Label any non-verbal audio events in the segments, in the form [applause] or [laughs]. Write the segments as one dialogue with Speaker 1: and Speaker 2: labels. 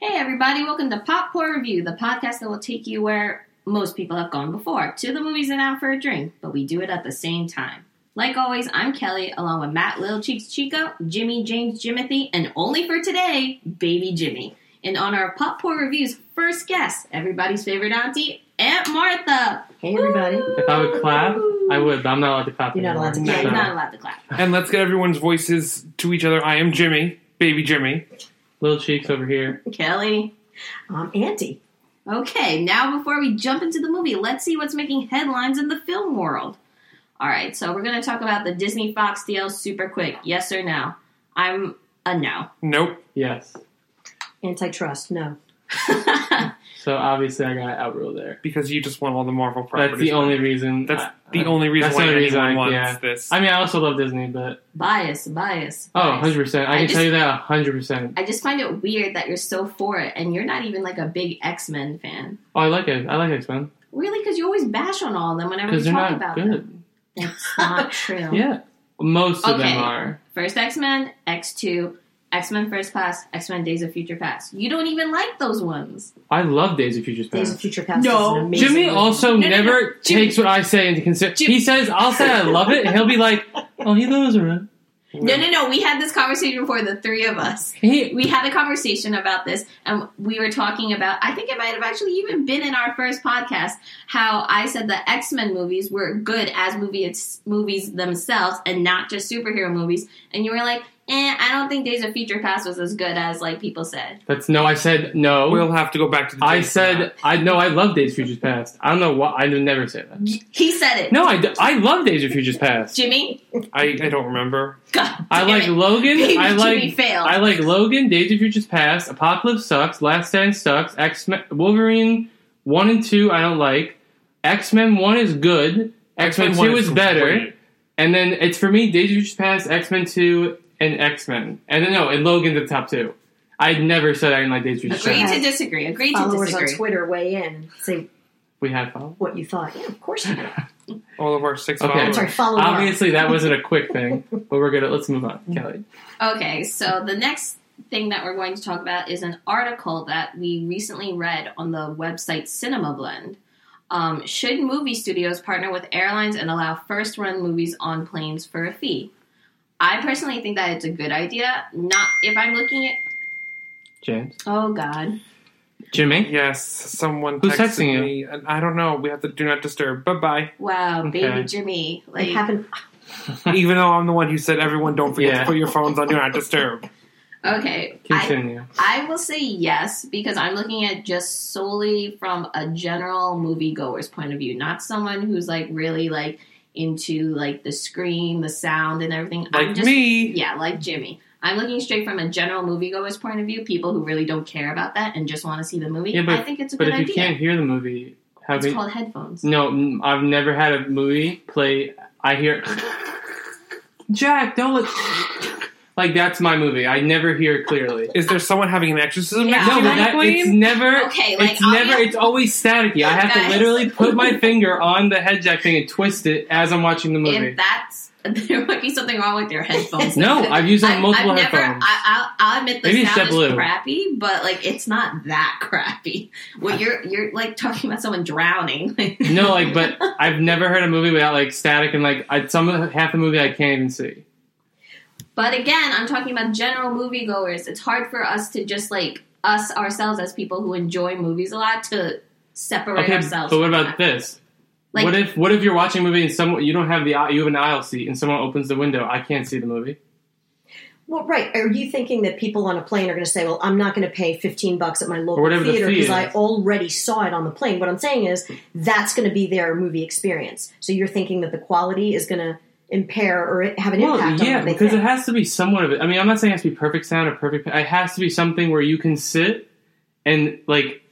Speaker 1: everybody. Welcome to Pop Poor Review, the podcast that will take you where most people have gone before to the movies and out for a drink, but we do it at the same time. Like always, I'm Kelly, along with Matt Lil Cheeks Chico, Jimmy James Jimothy, and only for today, Baby Jimmy. And on our Pop Poor Reviews first guest, everybody's favorite auntie, Aunt Martha.
Speaker 2: Hey, everybody.
Speaker 3: If I would clap, I would, but I'm not allowed to clap.
Speaker 2: You're not allowed to
Speaker 1: Yeah,
Speaker 3: anymore,
Speaker 1: you're
Speaker 2: clap.
Speaker 3: so.
Speaker 1: not allowed to clap.
Speaker 4: And let's get everyone's voices to each other. I am Jimmy, baby Jimmy.
Speaker 3: Little cheeks over here.
Speaker 1: Kelly.
Speaker 2: I'm Auntie.
Speaker 1: Okay, now before we jump into the movie, let's see what's making headlines in the film world. All right, so we're going to talk about the Disney Fox deal super quick. Yes or no? I'm a no. [laughs]
Speaker 4: Nope.
Speaker 3: Yes.
Speaker 2: Antitrust, no.
Speaker 3: So obviously I got outruled there.
Speaker 4: Because you just want all the Marvel
Speaker 3: That's
Speaker 4: properties.
Speaker 3: the only reason.
Speaker 4: That's
Speaker 3: I-
Speaker 4: the
Speaker 3: I-
Speaker 4: only reason
Speaker 3: that's the
Speaker 4: why
Speaker 3: only reason
Speaker 4: anyone
Speaker 3: I-
Speaker 4: wants
Speaker 3: yeah.
Speaker 4: this.
Speaker 3: I mean, I also love Disney, but
Speaker 1: bias, bias.
Speaker 3: oh,
Speaker 1: bias.
Speaker 3: 100 percent. I
Speaker 1: I
Speaker 3: can
Speaker 1: just-
Speaker 3: tell you that hundred percent.
Speaker 1: I just find it weird that you're so for it and you're not even like a big X Men fan.
Speaker 3: Oh, I like it. I like X Men
Speaker 1: Really? Because you always bash on all of them whenever
Speaker 3: because
Speaker 1: you
Speaker 3: they're
Speaker 1: talk
Speaker 3: not
Speaker 1: about
Speaker 3: good.
Speaker 1: them. That's
Speaker 3: [laughs]
Speaker 1: not true.
Speaker 3: Yeah, most of
Speaker 1: Okay.
Speaker 3: them are.
Speaker 1: First X Men, X Two, X Men First Class, X Men Days of Future Past. You don't even like those ones.
Speaker 3: I love Days of Future
Speaker 2: Days
Speaker 3: Past.
Speaker 2: of Future Past
Speaker 1: No.
Speaker 2: is an amazing
Speaker 3: Jimmy
Speaker 2: movie.
Speaker 3: also
Speaker 1: No, no,
Speaker 3: never
Speaker 1: no. Jimmy-
Speaker 3: takes what I say into consideration.
Speaker 1: Jimmy-
Speaker 3: He says, "I'll say I love it," and he'll be like, "Oh, he loves it."
Speaker 1: No, no, no. We had this conversation before the three of us.
Speaker 3: He
Speaker 1: We had a conversation about this, and we were talking about. I think it might have actually even been in our first podcast how I said the X Men movies were good as movie movies themselves, and not just superhero movies. And you were like, "Eh, I don't think Days of Future Past was as good as like people said."
Speaker 3: That's no. I said no.
Speaker 4: We'll have to go back to the
Speaker 3: I
Speaker 4: tapes for
Speaker 3: said
Speaker 4: that.
Speaker 3: I know I love Days of Futures Past. I don't know why I never say that.
Speaker 1: He said it.
Speaker 3: No, I, d- I love Days of Futures Past.
Speaker 1: Jimmy.
Speaker 4: I, I don't remember.
Speaker 1: God,
Speaker 3: I
Speaker 1: damn
Speaker 3: like
Speaker 1: it.
Speaker 3: Logan.
Speaker 1: [laughs]
Speaker 3: I
Speaker 1: Jimmy
Speaker 3: like
Speaker 1: failed.
Speaker 3: I like Logan. Days of Futures Past. Apocalypse sucks. Last Stand sucks. X Men Wolverine one and two I don't like. X Men one is good. X Men
Speaker 4: One
Speaker 3: two is better.
Speaker 4: great.
Speaker 3: And then it's for me Days of Futures Past, X Men two, and X Men. And then no, and Logan's at the top two. I never said I didn't like Days of Futures
Speaker 1: Agree
Speaker 3: Past.
Speaker 1: to disagree. Agree to
Speaker 2: Followers on
Speaker 1: disagree.
Speaker 2: Twitter weigh in and say
Speaker 3: We had fun.
Speaker 2: what you thought. Yeah, of course
Speaker 3: [laughs]
Speaker 2: you do.
Speaker 4: All of our six
Speaker 3: Okay.
Speaker 2: I'm
Speaker 4: followers.
Speaker 2: sorry, follow up.
Speaker 3: Obviously, that wasn't a quick thing, but we're gonna let's
Speaker 1: [laughs]
Speaker 3: move on, Kelly.
Speaker 1: Okay, so the next thing that we're going to talk about is an article that we recently read on the website Cinema Blend. Um, should movie studios partner with airlines and allow first run movies on planes for a fee? I personally think that it's a good idea. Not if I'm looking at.
Speaker 3: James.
Speaker 1: Oh, God.
Speaker 3: Jimmy?
Speaker 4: Yes, someone
Speaker 3: Who's
Speaker 4: texted
Speaker 3: texting you?
Speaker 4: me. And I don't know. We have to do not disturb. Bye bye.
Speaker 3: [laughs]
Speaker 1: Wow,
Speaker 3: Okay.
Speaker 1: baby Jimmy. Like,
Speaker 2: It happened.
Speaker 4: Even though I'm the one who said everyone don't forget
Speaker 3: Yeah.
Speaker 4: to put your phones on do not disturb.
Speaker 1: okay. I-
Speaker 3: Continue.
Speaker 1: I will say yes because I'm looking at just solely from a general moviegoer's point of view, not someone who's like really like into like the screen, the sound, and everything. I'm
Speaker 4: Like
Speaker 1: just,
Speaker 4: me.
Speaker 1: yeah, like Jimmy. I'm looking straight from a general moviegoer's point of view, people who really don't care about that and just want to see the movie.
Speaker 3: Yeah, but-
Speaker 1: I think it's a
Speaker 3: but
Speaker 1: good
Speaker 3: if you
Speaker 1: idea.
Speaker 3: can't hear the movie, have
Speaker 1: it's
Speaker 3: you?
Speaker 1: called headphones.
Speaker 3: No, mm, I've never had a movie play. I hear. [laughs] Jack, don't look. [laughs] Like, that's my movie. I never hear it clearly.
Speaker 4: Is there someone having an exorcism
Speaker 1: Yeah.
Speaker 4: next
Speaker 3: No, but
Speaker 4: to you on the
Speaker 3: that,
Speaker 4: plane?
Speaker 3: it's never.
Speaker 1: Okay, like,
Speaker 3: it's
Speaker 1: I'll be-
Speaker 3: never. It's always staticky. I have
Speaker 1: Guys.
Speaker 3: to literally put my finger on the head jack thing and twist it as I'm watching the movie.
Speaker 1: If that's [laughs] there might be something wrong with your headphones. [laughs]
Speaker 3: No, I've used it on
Speaker 1: I've-
Speaker 3: multiple
Speaker 1: I've never,
Speaker 3: headphones.
Speaker 1: I, I'll, I'll admit the
Speaker 3: Maybe it's
Speaker 1: sound is
Speaker 3: JetBlue.
Speaker 1: crappy, but like it's not that [laughs] crappy. When you're you're like talking about someone drowning.
Speaker 3: [laughs] no, like, but I've never heard a movie without like static and like I, some of- half the movie I can't even see.
Speaker 1: But again, I'm talking about general moviegoers. It's hard for us to just like us ourselves as people who enjoy movies a lot to separate
Speaker 3: Okay,
Speaker 1: ourselves.
Speaker 3: but what
Speaker 1: from
Speaker 3: about
Speaker 1: that.
Speaker 3: this?
Speaker 1: Like,
Speaker 3: what if what if you're watching a movie and someone you don't have the aisle- you have an aisle seat and someone opens the window? I can't see the movie.
Speaker 2: Well, right. Are you thinking that people on a plane are going to say, "Well, I'm not going to pay 15 bucks at my local
Speaker 3: Or whatever the
Speaker 2: theater
Speaker 3: fee
Speaker 2: because
Speaker 3: is.
Speaker 2: I already saw it on the plane"? What I'm saying is that's going to be their movie experience. So you're thinking that the quality is going to impair or have an
Speaker 3: Well,
Speaker 2: impact on
Speaker 3: yeah,
Speaker 2: what they
Speaker 3: because
Speaker 2: think.
Speaker 3: it has to be somewhat of it. I mean, I'm not saying it has to be perfect sound or perfect. It has to be something where you can sit and like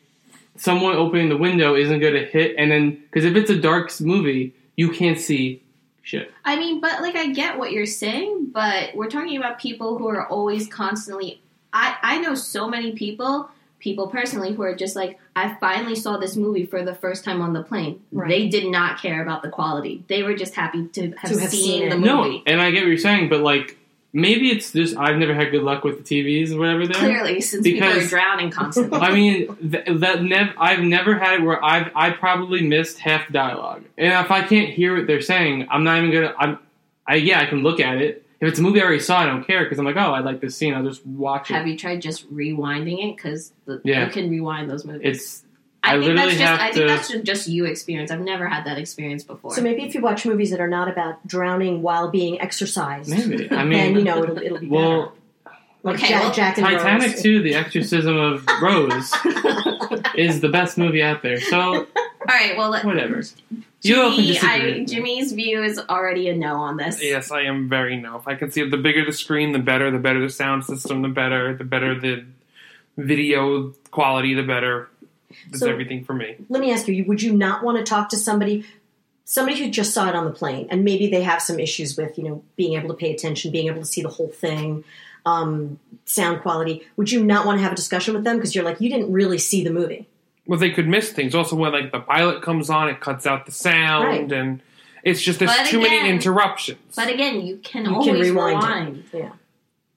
Speaker 3: someone opening the window isn't going to hit. And then because if it's a dark s- movie, you can't see shit.
Speaker 1: I mean, but like I get what you're saying, but we're talking about people who are always constantly. I I know so many people, people personally, who are just like, I finally saw this movie for the first time on the plane.
Speaker 2: Right.
Speaker 1: They did not care about the quality. They were just happy to have,
Speaker 2: To have
Speaker 1: seen,
Speaker 2: seen
Speaker 1: the
Speaker 2: it.
Speaker 1: movie.
Speaker 3: No, and I get what you're saying, but like maybe it's just I've never had good luck with the TVs or whatever there.
Speaker 1: Clearly, since people are
Speaker 3: Because-
Speaker 1: drowning constantly.
Speaker 3: [laughs] I mean, th- that nev- I've never had it where I've I probably missed half dialogue, and if I can't hear what they're saying, I'm not even gonna. I'm, I yeah, I can look at it. If it's a movie I already saw, I don't care because I'm like, oh, I like this scene. I'll just watch
Speaker 1: Have
Speaker 3: it.
Speaker 1: you tried just rewinding it? Because
Speaker 3: Yeah.
Speaker 1: you can rewind those movies.
Speaker 3: It's
Speaker 1: I,
Speaker 3: I
Speaker 1: think that's
Speaker 3: literally
Speaker 1: just.
Speaker 3: have
Speaker 1: I think
Speaker 3: to-
Speaker 1: that's ju- just you experience. I've never had that experience before.
Speaker 2: So maybe if you watch movies that are not about drowning while being exercised,
Speaker 3: maybe. I
Speaker 2: then
Speaker 3: mean,
Speaker 2: you know it'll, it'll be
Speaker 3: well,
Speaker 2: better. Like
Speaker 1: Okay,
Speaker 2: Jack,
Speaker 1: well,
Speaker 2: Jack and
Speaker 3: Titanic
Speaker 2: Rose.
Speaker 3: too. The Exorcism of
Speaker 2: [laughs]
Speaker 3: Rose is the best movie out there. So
Speaker 1: All right. Well, let-
Speaker 3: whatever. You all can
Speaker 1: Jimmy,
Speaker 3: disagree.
Speaker 1: I, Jimmy's view is already a no on this.
Speaker 4: Yes, I am very no. If I can see it, the bigger the screen, the better. The better the sound system, the better. The better the video quality, the better. That's
Speaker 2: So-
Speaker 4: everything for me.
Speaker 2: Let me ask you: Would you not want to talk to somebody, somebody who just saw it on the plane, and maybe they have some issues with you know being able to pay attention, being able to see the whole thing, um, sound quality? Would you not want to have a discussion with them because you're like you didn't really see the
Speaker 3: [laughs]
Speaker 2: movie?
Speaker 4: Well, they could miss things. Also, when like the pilot comes on, it cuts out the sound,
Speaker 2: Right.
Speaker 4: and it's just there's
Speaker 1: But
Speaker 4: too many
Speaker 1: again-
Speaker 4: interruptions.
Speaker 1: But again, you can
Speaker 2: You
Speaker 1: always
Speaker 2: can rewind. it.
Speaker 1: rewind.
Speaker 2: Yeah.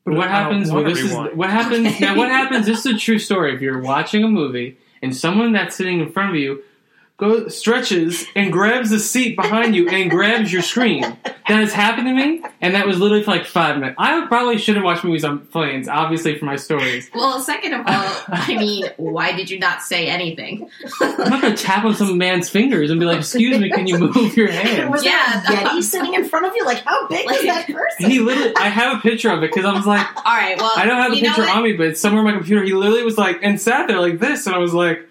Speaker 4: But
Speaker 3: what
Speaker 4: I don't
Speaker 3: happens? Well,
Speaker 4: wanna
Speaker 3: this is
Speaker 4: rewind.
Speaker 3: what happens.
Speaker 1: Okay.
Speaker 3: Now, what happens? This is a true story. If you're watching a movie and someone that's sitting in front of you go stretches and grabs the seat behind you and grabs your screen, that has happened to me, and that was literally for like five minutes. I probably should have watched movies on planes, obviously for my stories.
Speaker 1: Well, second of all,
Speaker 2: [laughs]
Speaker 1: I mean, why did you not say anything? [laughs]
Speaker 3: I'm not gonna tap on some man's fingers and be like, "Excuse me, can you move your hand?"
Speaker 2: Was that
Speaker 1: Yeah.
Speaker 2: a Yeti sitting in front of you? Like how big is that person?
Speaker 3: He literally, I have a picture of it because I was like,
Speaker 1: All right. Well,
Speaker 3: I don't have a
Speaker 1: you know
Speaker 3: picture
Speaker 1: what?
Speaker 3: on me, but it's somewhere on my computer. He literally was like, and sat there like this, and I was like.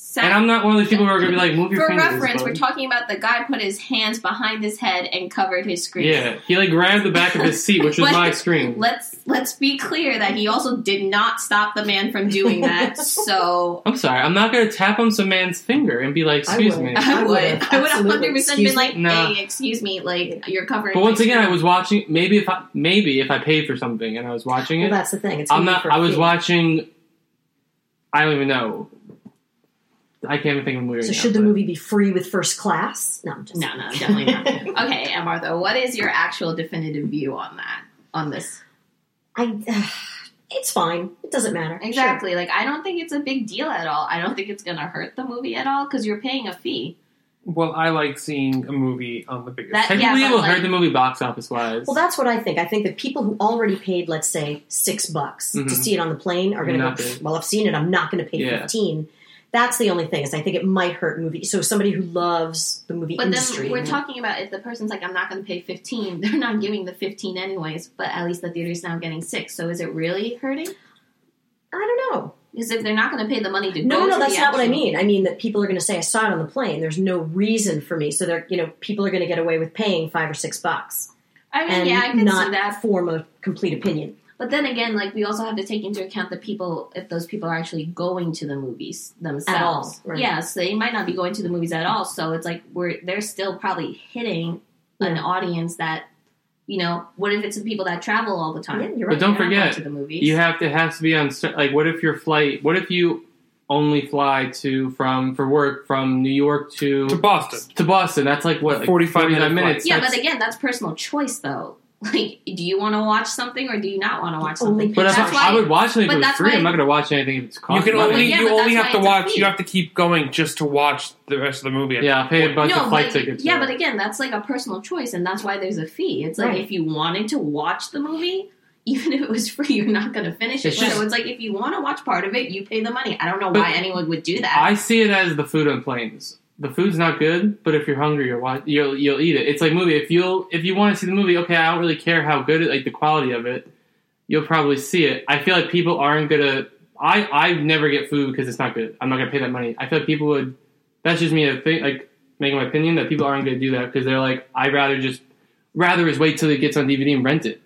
Speaker 1: Sa-
Speaker 3: And I'm not one of those people who are going to be like, move your
Speaker 1: For
Speaker 3: fingers.
Speaker 1: reference,
Speaker 3: bud.
Speaker 1: we're talking about the guy put his hands behind his head and covered his screen.
Speaker 3: Yeah, he like grabbed the back of his
Speaker 1: [laughs]
Speaker 3: seat, which was
Speaker 1: What?
Speaker 3: my screen.
Speaker 1: Let's let's be clear that he also did not stop the man from doing
Speaker 2: [laughs]
Speaker 1: that. So
Speaker 3: I'm sorry, I'm not going to tap on some man's finger and be like,
Speaker 2: I
Speaker 3: excuse
Speaker 2: would.
Speaker 3: me.
Speaker 1: I would
Speaker 2: would've,
Speaker 1: I would
Speaker 2: absolutely.
Speaker 1: 100 percent
Speaker 2: Excuse
Speaker 1: been like,
Speaker 3: me. No.
Speaker 1: hey, excuse me, like you're covering.
Speaker 3: But once
Speaker 1: my
Speaker 3: again, I
Speaker 1: screen.
Speaker 3: was watching. Maybe if I maybe if I paid for something and I was watching
Speaker 2: Well,
Speaker 3: it,
Speaker 2: that's the thing. It's
Speaker 3: I'm
Speaker 2: gonna be
Speaker 3: not.
Speaker 2: for
Speaker 3: I was
Speaker 2: free.
Speaker 3: watching. I don't even know. I can't even think of a movie.
Speaker 2: So
Speaker 3: right
Speaker 2: should
Speaker 3: now,
Speaker 2: the
Speaker 3: but-
Speaker 2: movie be free with first class? No, I'm just
Speaker 1: no, no, definitely not. [laughs] okay, and Martha, what is your actual definitive view on that? On this
Speaker 2: [laughs] I. [sighs] it's fine. It doesn't matter. Sure.
Speaker 1: exactly, like I don't think it's a big deal at all. I don't think it's going to hurt the movie at all because you're paying a fee.
Speaker 4: Well, I like seeing a movie on the biggest.
Speaker 1: That-
Speaker 3: Technically,
Speaker 1: yeah,
Speaker 3: it
Speaker 1: but,
Speaker 3: will
Speaker 1: like-
Speaker 3: hurt the movie box office wise.
Speaker 2: Well, that's what I think. I think that people who already paid, let's say, six bucks
Speaker 3: Mhm.
Speaker 2: to see it on the plane are going to go,
Speaker 3: Not good.
Speaker 2: well, I've seen it. I'm not going to pay
Speaker 3: Yeah.
Speaker 2: 15 That's the only thing is I think it might hurt movie. So somebody who loves the movie
Speaker 1: But
Speaker 2: industry,
Speaker 1: then we're talking about if the person's like, I'm not going to pay 15, [laughs] they're not giving the 15 anyways, but at least the theater's now getting six. So is it really hurting?
Speaker 2: I don't know.
Speaker 1: Because if they're not going to pay the money to go
Speaker 2: No, no, no,
Speaker 1: to
Speaker 2: that's
Speaker 1: the
Speaker 2: not what I
Speaker 1: actual-
Speaker 2: mean. I mean that people are going to say I saw it on the plane. There's no reason for me. So they're, you know, people are going to get away with paying five or six bucks
Speaker 1: I mean,
Speaker 2: and
Speaker 1: yeah, I can
Speaker 2: not
Speaker 1: see that.
Speaker 2: form a complete opinion.
Speaker 1: But then again, like we also have to take into account the people, if those people are actually going to the movies themselves.
Speaker 2: At all, right.
Speaker 1: Yeah, so they might not be going to the movies at all. So it's like we're they're still probably hitting an
Speaker 2: Yeah.
Speaker 1: audience that, you know, what if it's the people that travel all the time?
Speaker 2: Yeah, you're
Speaker 3: But
Speaker 2: right.
Speaker 3: don't
Speaker 1: They're not going
Speaker 3: forget,
Speaker 1: to the movies.
Speaker 3: You have to it has to be on cer- like what if your flight? What if you only fly to from for work from New York to
Speaker 4: to Boston.
Speaker 3: to Boston? That's like what like
Speaker 4: 45 minute
Speaker 3: 49
Speaker 4: flight.
Speaker 3: minutes.
Speaker 1: Yeah,
Speaker 3: That's-
Speaker 1: but again, that's personal choice, though. [laughs] Like, do you want to watch something or do you not want to watch
Speaker 2: Only
Speaker 1: something?
Speaker 3: But if
Speaker 1: that's
Speaker 3: I, I
Speaker 1: why-
Speaker 3: would watch it if
Speaker 1: but
Speaker 3: it was
Speaker 1: that's
Speaker 3: free.
Speaker 1: why-
Speaker 3: I'm not going to watch anything if it's
Speaker 4: You
Speaker 3: cost
Speaker 4: can
Speaker 3: money.
Speaker 4: only
Speaker 1: Yeah,
Speaker 4: you
Speaker 1: but
Speaker 4: only
Speaker 1: that's
Speaker 4: have to
Speaker 1: why it's a
Speaker 4: watch.
Speaker 1: fee.
Speaker 4: You have to keep going just to watch the rest of the movie.
Speaker 3: yeah, I'll pay a bunch
Speaker 1: no,
Speaker 3: of flight
Speaker 1: but,
Speaker 3: tickets.
Speaker 1: Yeah,
Speaker 3: for
Speaker 1: but
Speaker 3: it.
Speaker 1: again, that's like a personal choice, and that's why there's a fee. It's like
Speaker 2: Right.
Speaker 1: if you wanted to watch the movie, [laughs] even if it was free, you're not going to finish it.
Speaker 3: It's just-
Speaker 1: so it's like if you want to watch part of it, you pay the money. I don't know
Speaker 3: But
Speaker 1: why anyone would do that.
Speaker 3: I see it as the food on planes. The food's not good, but if you're hungry, you're wa- you'll you'll eat it. It's like movie. If you'll if you want to see the movie, okay, I don't really care how good it, like the quality of it. You'll probably see it. I feel like people aren't gonna. I I never get food because it's not good. I'm not gonna pay that money. I feel like people would. That's just me a thing, like making my opinion that people aren't gonna do that because they're like, I'd rather just rather is wait till it gets on DVD and rent it.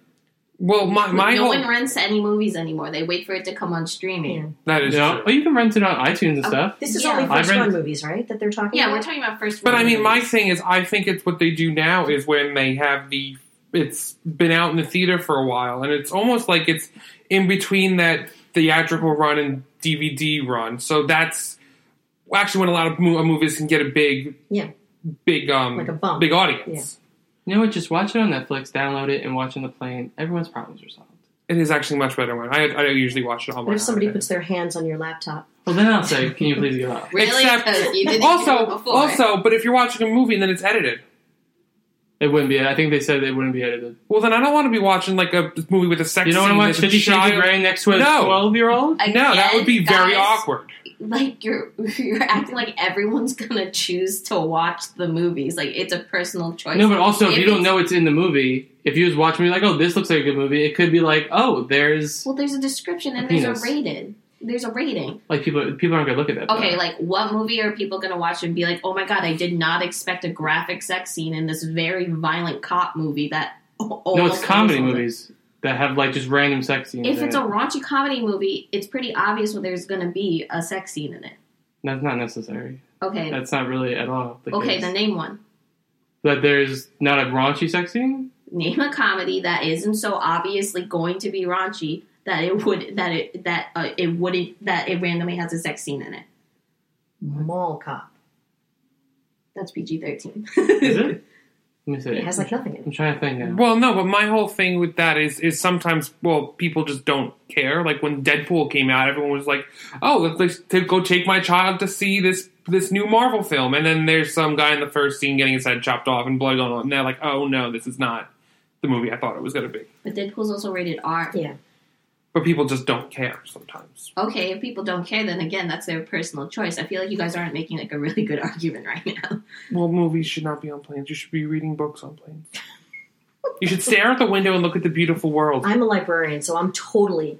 Speaker 4: Well, my my
Speaker 1: no
Speaker 4: whole
Speaker 1: one rents any movies anymore. They wait for it to come on streaming.
Speaker 4: that is
Speaker 3: You know?
Speaker 4: true.
Speaker 3: Oh, you can rent it on iTunes and
Speaker 1: Oh,
Speaker 3: stuff.
Speaker 2: This is
Speaker 1: Yeah.
Speaker 2: only
Speaker 1: I've
Speaker 2: first
Speaker 3: read-
Speaker 2: run movies, right? That they're talking
Speaker 1: Yeah,
Speaker 2: about.
Speaker 1: we're talking about first.
Speaker 4: But I mean, my
Speaker 1: movies.
Speaker 4: thing is, I think it's what they do now is when they have the. It's been out in the theater for a while, and it's almost like it's in between that theatrical run and DVD run. So that's actually when a lot of mo- movies can get a big,
Speaker 2: Yeah.
Speaker 4: big, um,
Speaker 2: Like a bump.
Speaker 4: big audience.
Speaker 3: You know what? Just watch it on Netflix, download it, and watch on the plane. Everyone's problems are solved.
Speaker 4: It is actually much better when I, I usually watch it on my
Speaker 2: What if somebody
Speaker 4: iPad.
Speaker 2: puts their hands on your laptop?
Speaker 3: Well, then I'll say, can you please give up?
Speaker 1: Really? [laughs]
Speaker 4: Except-
Speaker 1: Because you didn't do it
Speaker 4: also,
Speaker 1: before.
Speaker 4: also, but if you're watching a movie and then it's edited,
Speaker 3: It wouldn't be. I think they said it wouldn't be edited.
Speaker 4: well, then I don't want to be watching like a movie with a sex.
Speaker 3: You don't want to watch
Speaker 4: scene with a
Speaker 3: Fifty Shades of
Speaker 4: child.
Speaker 3: Grey next to a
Speaker 4: No.
Speaker 3: twelve-year-old?
Speaker 4: No, that would be
Speaker 1: Again,
Speaker 4: very
Speaker 1: guys,
Speaker 4: awkward.
Speaker 1: Like you're you're acting like everyone's gonna choose to watch the movies. Like it's a personal choice.
Speaker 3: No, but also if
Speaker 1: If
Speaker 3: you don't
Speaker 1: it's-
Speaker 3: know it's in the movie, if you just watch me like, oh, this looks like a good movie, it could be like, oh, there's
Speaker 1: well, there's a description and
Speaker 3: A
Speaker 1: there's a
Speaker 3: penis.
Speaker 1: rated. There's a rating.
Speaker 3: like people people aren't gonna look at that.
Speaker 1: Okay, like what movie are people gonna watch and be like, oh my god, I did not expect a graphic sex scene in this very violent cop movie that. [laughs]
Speaker 3: no, it's comedy movies that have like just random sex scenes.
Speaker 1: If
Speaker 3: in
Speaker 1: it's a
Speaker 3: it.
Speaker 1: raunchy comedy movie, it's pretty obvious when there's gonna be a sex scene in it.
Speaker 3: that's not necessary.
Speaker 1: Okay.
Speaker 3: That's not really at all. the
Speaker 1: okay,
Speaker 3: case.
Speaker 1: then name one.
Speaker 3: that there's not a raunchy sex scene.
Speaker 1: name a comedy that isn't so obviously going to be raunchy that it would that it that uh, it wouldn't that it randomly has a sex scene in it.
Speaker 2: Mall cop.
Speaker 1: That's PG thirteen. [laughs]
Speaker 3: Is it? [laughs] Let me see.
Speaker 2: It has like nothing in
Speaker 3: I'm
Speaker 2: it.
Speaker 3: trying to think now.
Speaker 4: Well, no, but my whole thing with that is is sometimes well people just don't care. Like when Deadpool came out, everyone was like, "Oh, let's, let's t- go take my child to see this this new Marvel film," and then there's some guy in the first scene getting his head chopped off and blood going on, and they're like, "Oh no, this is not the movie I thought it was going to be."
Speaker 1: But Deadpool's also rated R.
Speaker 2: Yeah.
Speaker 4: But people just don't care sometimes.
Speaker 1: Okay, if people don't care, then again, that's their personal choice. I feel like you guys aren't making like a really good [laughs] argument right now.
Speaker 4: Well, movies should not be on planes. You should be reading books on planes. you should stare out the window and look at the beautiful world.
Speaker 2: I'm a librarian, so I'm totally,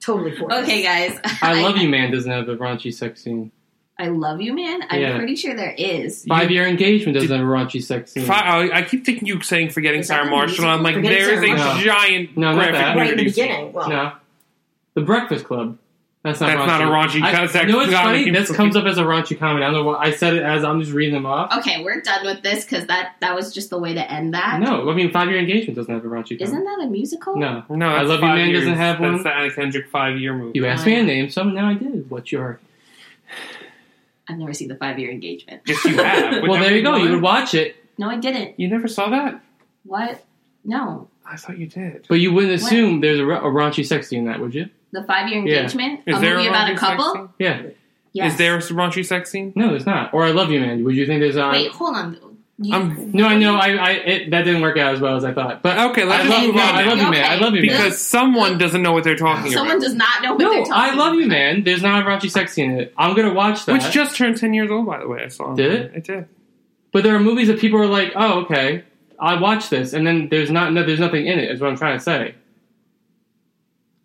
Speaker 2: totally for it.
Speaker 1: Okay, guys. [laughs]
Speaker 3: I love you, man. Doesn't have a raunchy sex scene.
Speaker 1: I love you, man. I'm
Speaker 3: Yeah.
Speaker 1: pretty sure there is.
Speaker 3: Five year engagement doesn't have a raunchy sex scene.
Speaker 4: Fi- I I keep thinking you saying forgetting
Speaker 2: Is that
Speaker 4: Sarah
Speaker 2: the
Speaker 4: Marshall. and I'm like,
Speaker 2: musical? Forgetting
Speaker 4: there is a
Speaker 3: Sarah Marshall.
Speaker 4: giant
Speaker 3: No, not
Speaker 4: graphic
Speaker 2: Right in
Speaker 3: that.
Speaker 2: the
Speaker 4: nudity scene.
Speaker 2: beginning. Well,
Speaker 3: No. The Breakfast Club. That's not
Speaker 4: That's
Speaker 3: raunchy.
Speaker 4: not a raunchy
Speaker 3: I,
Speaker 4: concept.
Speaker 3: You know what's
Speaker 4: God, I
Speaker 3: funny?
Speaker 4: keep
Speaker 3: This
Speaker 4: forgetting.
Speaker 3: comes up as a raunchy comment. I don't know why I said it as I'm just reading them
Speaker 2: Oh,
Speaker 3: off.
Speaker 1: Okay, we're done with this because that that was just the way to end that.
Speaker 3: No, I mean five year engagement doesn't have a raunchy
Speaker 1: Isn't
Speaker 3: comment.
Speaker 1: that a musical?
Speaker 3: No.
Speaker 4: No,
Speaker 3: I
Speaker 4: that's
Speaker 3: Love You
Speaker 4: five
Speaker 3: Man
Speaker 4: years.
Speaker 3: doesn't have one.
Speaker 4: That's the Anna Kendrick five year movie.
Speaker 3: You asked me a name, so now I did. What's your
Speaker 1: I've never seen the five year engagement.
Speaker 4: Yes, you
Speaker 1: [laughs]
Speaker 4: have. With
Speaker 3: Well there you go,
Speaker 4: everyone.
Speaker 3: you would watch it,
Speaker 1: No, I didn't.
Speaker 4: You never saw that?
Speaker 1: What? No.
Speaker 4: I thought you did.
Speaker 3: but you wouldn't assume there's a, ra- a raunchy sex scene in that, would you?
Speaker 1: The five year
Speaker 3: Yeah.
Speaker 1: engagement?
Speaker 4: Is
Speaker 1: a
Speaker 4: there
Speaker 1: movie
Speaker 4: a
Speaker 1: about a
Speaker 4: raunchy sex
Speaker 1: couple?
Speaker 4: scene?
Speaker 3: Yeah.
Speaker 1: Yes.
Speaker 4: Is there a raunchy sex scene?
Speaker 3: No, there's not. Or I love you, man. Would you think there's a
Speaker 1: Wait, hold on. You,
Speaker 4: I'm-
Speaker 3: No, I know. I, I it, that didn't work out as well as I thought. But
Speaker 4: Okay, let's
Speaker 3: I
Speaker 4: just
Speaker 3: love you,
Speaker 4: move
Speaker 3: man. I
Speaker 4: on
Speaker 3: love
Speaker 4: now.
Speaker 3: you, man. I love you, man.
Speaker 4: because someone doesn't know what they're talking
Speaker 1: Someone
Speaker 4: about.
Speaker 1: does not know what they're
Speaker 3: no,
Speaker 1: talking
Speaker 3: I love you, man. There's not a raunchy sex scene in it. I'm gonna watch that.
Speaker 4: Which just turned ten years old, by the way. I saw.
Speaker 3: Did it?
Speaker 4: It did.
Speaker 3: But there are movies that people are like, "Oh, okay, I watched this," and then there's not, no, there's nothing in it. Is what I'm trying to say.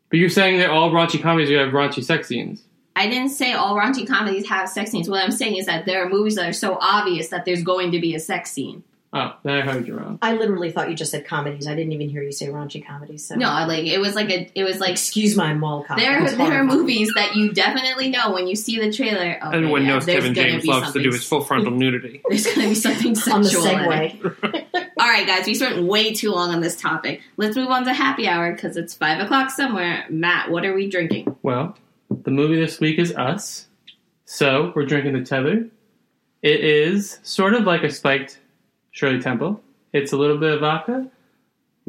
Speaker 3: But you're saying that all raunchy comedies you have raunchy sex scenes.
Speaker 1: I didn't say all raunchy comedies have sex scenes. What I'm saying is that there are movies that are so obvious that there's going to be a sex scene.
Speaker 3: Oh, then I heard you wrong.
Speaker 2: I literally thought you just said comedies. I didn't even hear you say raunchy comedies. So.
Speaker 1: No, like it was like a it was like
Speaker 2: excuse my mall cop.
Speaker 1: there
Speaker 2: That's
Speaker 1: there are
Speaker 2: horrible.
Speaker 1: movies that you definitely know when you see the trailer. Okay,
Speaker 4: Everyone
Speaker 1: yeah,
Speaker 4: knows
Speaker 1: there's
Speaker 4: Kevin
Speaker 1: gonna
Speaker 4: James
Speaker 1: be
Speaker 4: loves to do
Speaker 1: something-
Speaker 4: his full frontal nudity.
Speaker 1: [laughs] There's going to be something sexual
Speaker 2: [laughs] [laughs] on the
Speaker 1: in it.
Speaker 2: segue.
Speaker 1: All right, guys, we spent way too long on this topic. Let's move on to happy hour because it's five o'clock somewhere. Matt, what are we drinking?
Speaker 3: Well, the movie this week is Us. So we're drinking the tether. It is sort of like a spiked Shirley Temple. It's a little bit of vodka, a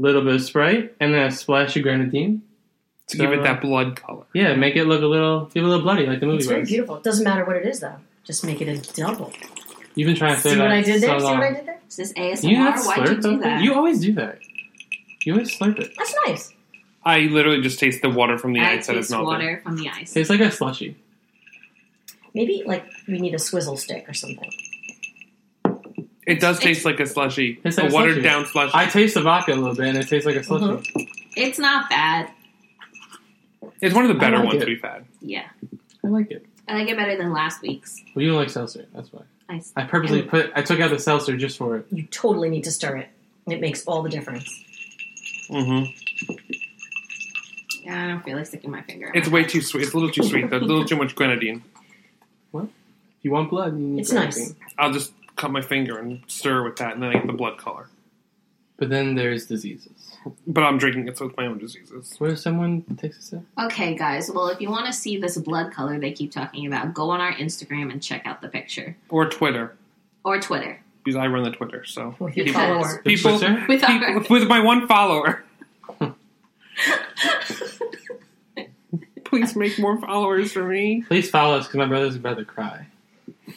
Speaker 3: little bit of Sprite, and then a splash of grenadine.
Speaker 4: To
Speaker 3: So,
Speaker 4: give it
Speaker 3: uh,
Speaker 4: that blood color.
Speaker 3: Yeah, make it look a little, give it a little bloody like the movie
Speaker 2: It's very
Speaker 3: was.
Speaker 2: beautiful. It doesn't matter what it is though. Just make it a double.
Speaker 3: You've been trying to say
Speaker 2: See
Speaker 3: that
Speaker 2: what I did
Speaker 3: so
Speaker 2: there? See
Speaker 3: long.
Speaker 2: what I did there?
Speaker 1: Is this ASMR?
Speaker 3: You not
Speaker 1: Why'd
Speaker 3: slurp
Speaker 1: you do
Speaker 3: something?
Speaker 1: that?
Speaker 3: You always do that. You always slurp it.
Speaker 2: That's nice.
Speaker 4: I literally just taste the water from the
Speaker 1: I
Speaker 4: ice that is
Speaker 1: taste
Speaker 4: melted.
Speaker 1: water from the ice.
Speaker 3: It's like a slushy.
Speaker 2: Maybe like we need a swizzle stick or something.
Speaker 4: It
Speaker 1: It's-
Speaker 4: does taste like a slushy,
Speaker 3: It's
Speaker 4: a
Speaker 3: like a
Speaker 4: watered
Speaker 3: slushie.
Speaker 4: down slushy.
Speaker 3: I taste the vodka a little bit, and it tastes like a slushy.
Speaker 2: Mhm.
Speaker 1: It's not bad.
Speaker 4: it's one of the better
Speaker 3: like
Speaker 4: ones
Speaker 3: it.
Speaker 4: we've had.
Speaker 1: Yeah,
Speaker 3: I like it.
Speaker 1: I like it better than last week's.
Speaker 3: Well, you don't like seltzer. That's why.
Speaker 1: I,
Speaker 3: I purposely
Speaker 2: Mm.
Speaker 3: put. I took out the seltzer just for it.
Speaker 2: You totally need to stir it. It makes all the difference.
Speaker 4: Mm-hmm.
Speaker 1: yeah, I don't feel like sticking my finger.
Speaker 4: It's way too sweet. It's a little too sweet. There's a little too much grenadine.
Speaker 3: If you want blood, you need
Speaker 2: It's nice.
Speaker 3: everything.
Speaker 4: I'll just cut my finger and stir with that, and then I get the blood color.
Speaker 3: But then there's diseases.
Speaker 4: But I'm drinking it, so it's my own diseases.
Speaker 3: What if someone takes a sip?
Speaker 1: okay, guys. Well, if you want to see this blood color they keep talking about, go on our Instagram and check out the picture
Speaker 4: Or Twitter.
Speaker 1: or Twitter.
Speaker 4: because I run the Twitter. So
Speaker 2: with your
Speaker 1: Because-
Speaker 2: follower.
Speaker 4: people,
Speaker 3: Twitter?
Speaker 1: With our- [laughs]
Speaker 4: people- with my one follower. [laughs] Please make more followers for me.
Speaker 3: Please follow us because my brother's about to cry.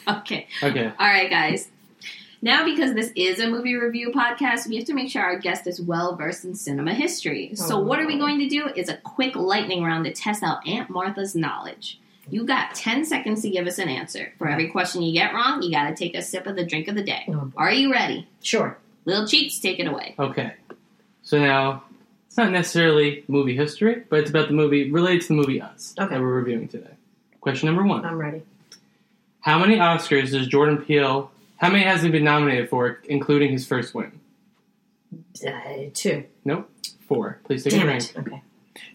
Speaker 1: Okay.
Speaker 3: Okay.
Speaker 1: All right, guys. Now, because this is a movie review podcast, we have to make sure our guest is well versed in cinema history. So,
Speaker 2: Oh.
Speaker 1: what are we going to do is a quick lightning round to test out Aunt Martha's knowledge. You got 10 seconds to give us an answer. For every question you get wrong, you got to take a sip of the drink of the day.
Speaker 2: Oh, boy.
Speaker 1: Are you ready?
Speaker 2: Sure.
Speaker 1: Little Cheats, take it away.
Speaker 3: Okay. So now, it's not necessarily movie history, but it's about the movie, related to the movie Us
Speaker 2: Okay. Um,
Speaker 3: that we're reviewing today. Question number one.
Speaker 2: I'm ready.
Speaker 3: How many Oscars does Jordan Peele? How many has he been nominated for, including his first win?
Speaker 2: Uh, two.
Speaker 3: Nope, four. Please take
Speaker 2: Damn
Speaker 3: a ring.
Speaker 2: it. Okay.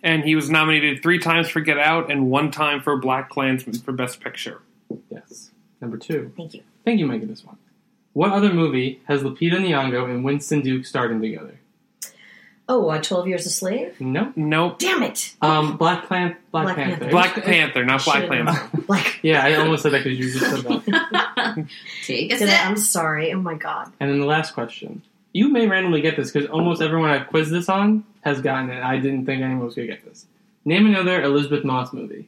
Speaker 4: And he was nominated three times for Get Out and one time for Black Klansman for Best Picture.
Speaker 3: Yes. Number two.
Speaker 2: Thank you.
Speaker 3: I think you might get this one. What other movie has Lupita Nyong'o and Winston Duke starting together?
Speaker 2: Oh, uh, 12 Years a Slave?
Speaker 3: Nope.
Speaker 4: Nope.
Speaker 2: Damn it.
Speaker 3: Um, Black Plan- Black,
Speaker 2: Black
Speaker 3: Panther.
Speaker 2: Panther.
Speaker 4: Black Panther, not Black
Speaker 2: Should've
Speaker 4: Klansman.
Speaker 2: known. [laughs] Black.
Speaker 3: Yeah, I almost said that because you just said [laughs] that.
Speaker 1: [laughs] Take a
Speaker 2: Did I-
Speaker 1: sip.
Speaker 2: I'm sorry. Oh my god.
Speaker 3: And then the last question. You may randomly get this because almost everyone I've quizzed this on has gotten it. I didn't think anyone was going to get this. Name another Elizabeth Moss movie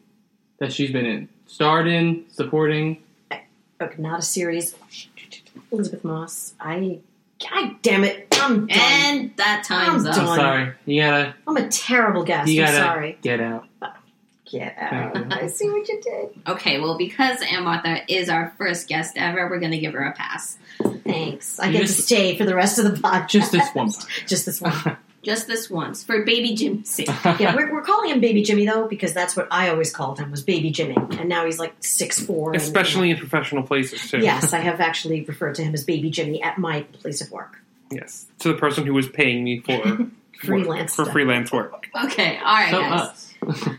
Speaker 3: that she's been in, starred in, supporting.
Speaker 2: Okay, not a series. Elizabeth Moss. I. God damn it. I'm done.
Speaker 1: And that time's
Speaker 2: I'm
Speaker 1: up.
Speaker 3: I'm
Speaker 2: done.
Speaker 3: sorry. You gotta,
Speaker 2: I'm a terrible guest.
Speaker 3: you
Speaker 2: I'm
Speaker 3: gotta
Speaker 2: sorry.
Speaker 3: get out.
Speaker 2: Get out. I see what you did.
Speaker 1: Okay, well, because Aunt Martha is our first guest ever, we're going to give her a pass.
Speaker 2: Thanks. I
Speaker 3: You
Speaker 2: get to
Speaker 3: just-
Speaker 2: stay for the rest of the podcast.
Speaker 3: Just this one.
Speaker 2: [laughs] Just this one.
Speaker 1: Just this once, for baby Jim's
Speaker 3: [laughs]
Speaker 1: sake.
Speaker 2: Yeah, we're, we're calling him Baby Jimmy though because that's what I always called him was Baby Jimmy, and now he's like six four.
Speaker 4: Especially in professional places, too.
Speaker 2: yes, I have actually referred to him as Baby Jimmy at my place of work.
Speaker 4: Yes. To the person who was paying me for work-
Speaker 2: Freelance
Speaker 4: for
Speaker 2: stuff.
Speaker 4: freelance work.
Speaker 1: Okay, all right,
Speaker 3: so uh,
Speaker 1: guys.
Speaker 3: us.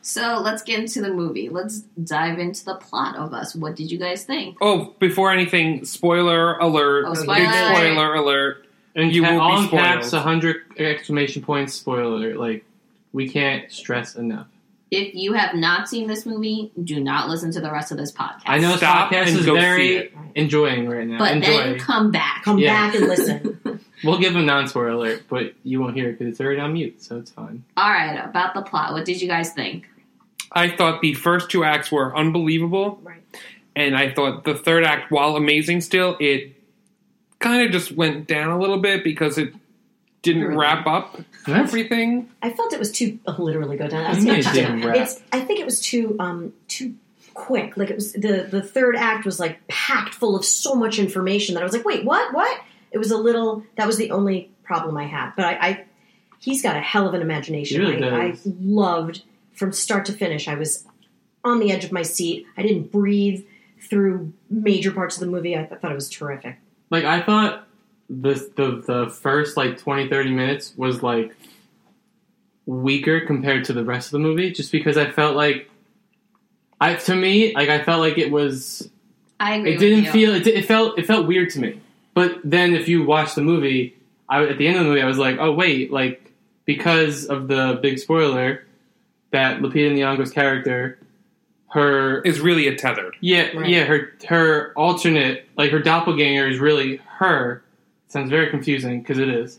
Speaker 1: So let's get into the movie. Let's dive into the plot of us. What did you guys think?
Speaker 4: Oh, before anything, spoiler alert!
Speaker 1: Oh,
Speaker 4: Big
Speaker 1: spoiler.
Speaker 4: spoiler alert!
Speaker 3: And you
Speaker 4: You will be
Speaker 3: all in caps,
Speaker 4: spoiled.
Speaker 3: 100 exclamation points, spoiler. Like, we can't stress enough.
Speaker 1: If you have not seen this movie, do not listen to the rest of this podcast.
Speaker 3: I know this
Speaker 4: Stop
Speaker 3: podcast
Speaker 4: and
Speaker 3: is
Speaker 4: go see
Speaker 3: very
Speaker 4: it.
Speaker 3: enjoying right now.
Speaker 1: but
Speaker 3: Enjoy.
Speaker 1: then come back.
Speaker 2: Come
Speaker 3: Yeah.
Speaker 2: back and listen.
Speaker 3: We'll give a non-spoiler alert, but you won't hear it because it's already on mute, so it's fine.
Speaker 1: All right, about the plot. What did you guys think?
Speaker 4: I thought the first two acts were unbelievable,
Speaker 2: right.
Speaker 4: and I thought the third act, while amazing, still it kind of just went down a little bit because it didn't
Speaker 1: Really?
Speaker 4: wrap up
Speaker 3: That's-
Speaker 4: everything.
Speaker 2: I felt it was too I'll literally go down. I,
Speaker 3: You
Speaker 2: was
Speaker 3: need a
Speaker 2: gonna-
Speaker 3: damn rap.
Speaker 2: it's, I think it was too um, too quick. Like it was the the third act was like packed full of so much information that I was like, wait, what? What? It was a little. That was the only problem I had. But I, I he's got a hell of an imagination.
Speaker 3: He really
Speaker 2: I, I
Speaker 3: does.
Speaker 2: loved from start to finish. I was on the edge of my seat. I didn't breathe through major parts of the movie. I th- thought it was terrific.
Speaker 3: Like, I thought this, the, the first, like, 20, 30 minutes was, like, weaker compared to the rest of the movie, just because I felt like... I, to me, like I felt like it was
Speaker 1: I agree.
Speaker 3: it
Speaker 1: with
Speaker 3: didn't
Speaker 1: you.
Speaker 3: feel it, di- it felt it felt weird to me but then if you watch the movie I, at the end of the movie i was like oh wait like because of the big spoiler that lupita nyong'o's character her
Speaker 4: Is really a tethered.
Speaker 3: yeah
Speaker 2: Right.
Speaker 3: yeah her her alternate like her doppelganger is really her sounds very confusing because it is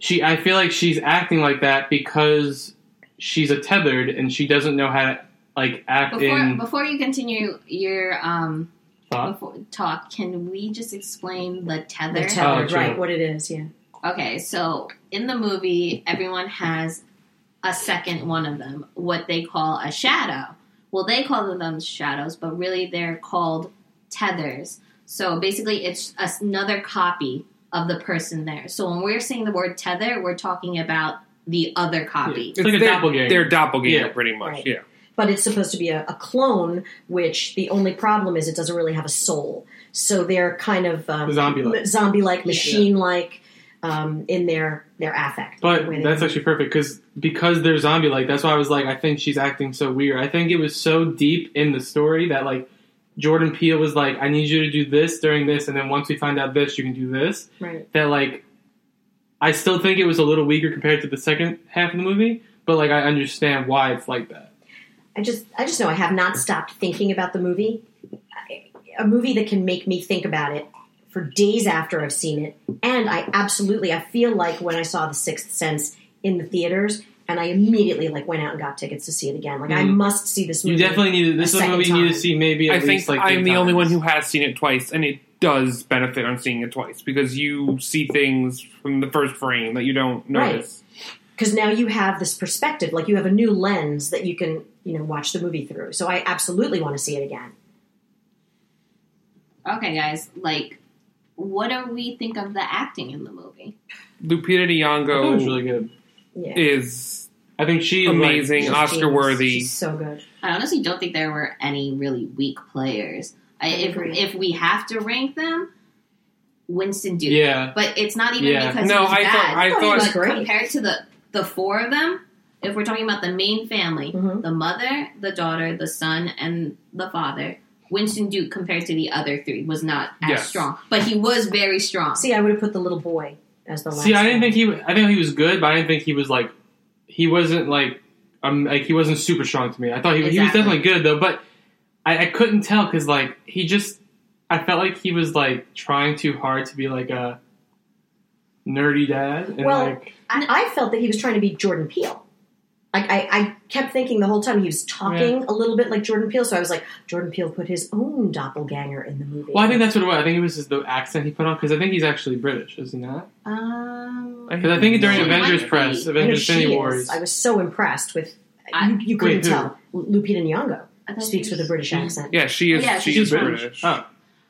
Speaker 3: she i feel like she's acting like that because she's a tethered and she doesn't know how to like act
Speaker 1: Before,
Speaker 3: in
Speaker 1: before you continue your um,
Speaker 3: thought
Speaker 1: before, talk, can we just explain the tether?
Speaker 2: The tethered,
Speaker 3: Oh, true.
Speaker 2: right? What it is, yeah.
Speaker 1: Okay, so in the movie, everyone has a second one of them, what they call a shadow. Well, they call them shadows, but really they're called tethers. So basically, it's us- another copy of the person there. So when we're saying the word tether, we're talking about the other copy.
Speaker 3: It's like a
Speaker 4: their,
Speaker 3: doppelganger.
Speaker 4: Their doppelganger,
Speaker 3: Yeah.
Speaker 4: pretty much.
Speaker 2: Right.
Speaker 4: Yeah.
Speaker 2: but it's supposed to be a, a clone, which the only problem is it doesn't really have a soul. So they're kind of um,
Speaker 3: Zombie-like.
Speaker 2: zombie-like, machine-like um, in their their affect. the
Speaker 3: But
Speaker 2: way they-
Speaker 3: that's actually perfect because because they're zombie like. That's why I was like, I think she's acting so weird. I think it was so deep in the story that like Jordan Peele was like, I need you to do this during this, and then once we find out this, you can do this.
Speaker 2: right.
Speaker 3: That like, I still think it was a little weaker compared to the second half of the movie, but like I understand why it's like that.
Speaker 2: I just I just know I have not stopped thinking about the movie. I, a movie that can make me think about it for days after I've seen it, and I absolutely I feel like when I saw The Sixth Sense in the theaters, and I immediately like went out and got tickets to see it again. Like I
Speaker 3: Mhm.
Speaker 2: must see this
Speaker 4: Mm-hmm.
Speaker 3: You
Speaker 2: movie.
Speaker 3: definitely need to, this
Speaker 2: A
Speaker 3: is a
Speaker 2: second
Speaker 3: movie you need to
Speaker 2: time.
Speaker 3: see maybe at
Speaker 4: I think
Speaker 3: least like
Speaker 4: I'm
Speaker 3: three
Speaker 4: the only
Speaker 3: times.
Speaker 4: one who has seen it twice, and it does benefit on seeing it twice because you see things from the first frame that you don't
Speaker 2: Right.
Speaker 4: notice.
Speaker 2: because now you have this perspective like you have a new lens that you can you know watch the movie through so i absolutely want to see it again
Speaker 1: Okay, guys, like, what do we think of the acting in the movie?
Speaker 4: Lupita
Speaker 3: I thought it
Speaker 4: Nyong'o
Speaker 3: was really good.
Speaker 2: yeah
Speaker 4: is
Speaker 3: I think she
Speaker 4: amazing,
Speaker 2: She's
Speaker 4: Oscar
Speaker 2: genius.
Speaker 4: worthy.
Speaker 2: she's so good
Speaker 1: I honestly don't think there were any really weak players. I,
Speaker 2: I
Speaker 1: if
Speaker 2: agree.
Speaker 1: if we have to rank them, Winston Duke.
Speaker 3: Yeah.
Speaker 1: But it's not even
Speaker 3: Yeah.
Speaker 1: because
Speaker 4: No,
Speaker 1: he was
Speaker 4: I
Speaker 1: bad.
Speaker 4: thought- I
Speaker 2: thought-
Speaker 1: but
Speaker 2: He's great.
Speaker 1: compared to the the four of them, if we're talking about the main family,
Speaker 2: Mhm.
Speaker 1: the mother, the daughter, the son, and the father. Winston Duke, compared to the other three, was not as
Speaker 4: Yes.
Speaker 1: strong, but he was very strong.
Speaker 2: see i would have put the little boy as the last
Speaker 3: See, I didn't
Speaker 2: one.
Speaker 3: think he. I think he was good, but I didn't think he was like. He wasn't like. Um, like he wasn't super strong to me. I thought he, he was
Speaker 1: Exactly.
Speaker 3: definitely good though, but I, I couldn't tell because like he just. I felt like he was like trying too hard to be like a nerdy dad, and
Speaker 2: Well,
Speaker 3: like
Speaker 2: I, I felt that he was trying to be jordan peele like I, I kept thinking the whole time he was talking a little bit like jordan peele so i was like jordan peele put his own doppelganger in the movie
Speaker 3: Well, I think that's what it was. I think it was just the accent he put on because I think he's actually British, isn't he not?
Speaker 1: Um,
Speaker 4: I-
Speaker 3: Because I think during
Speaker 1: He might
Speaker 3: Avengers
Speaker 1: be.
Speaker 3: press,
Speaker 1: I know
Speaker 2: I know
Speaker 3: Avengers
Speaker 2: she
Speaker 3: Infinity
Speaker 2: is.
Speaker 3: Wars,
Speaker 2: i was so impressed with
Speaker 1: I-
Speaker 2: you, you couldn't
Speaker 3: Wait, who?
Speaker 2: tell lupita nyong'o
Speaker 1: I thought
Speaker 2: speaks
Speaker 1: she
Speaker 2: with a
Speaker 1: was-
Speaker 2: british accent
Speaker 4: Yeah, she is.
Speaker 1: Yeah,
Speaker 4: she
Speaker 1: she's
Speaker 4: is
Speaker 3: British.
Speaker 4: British.
Speaker 3: Oh,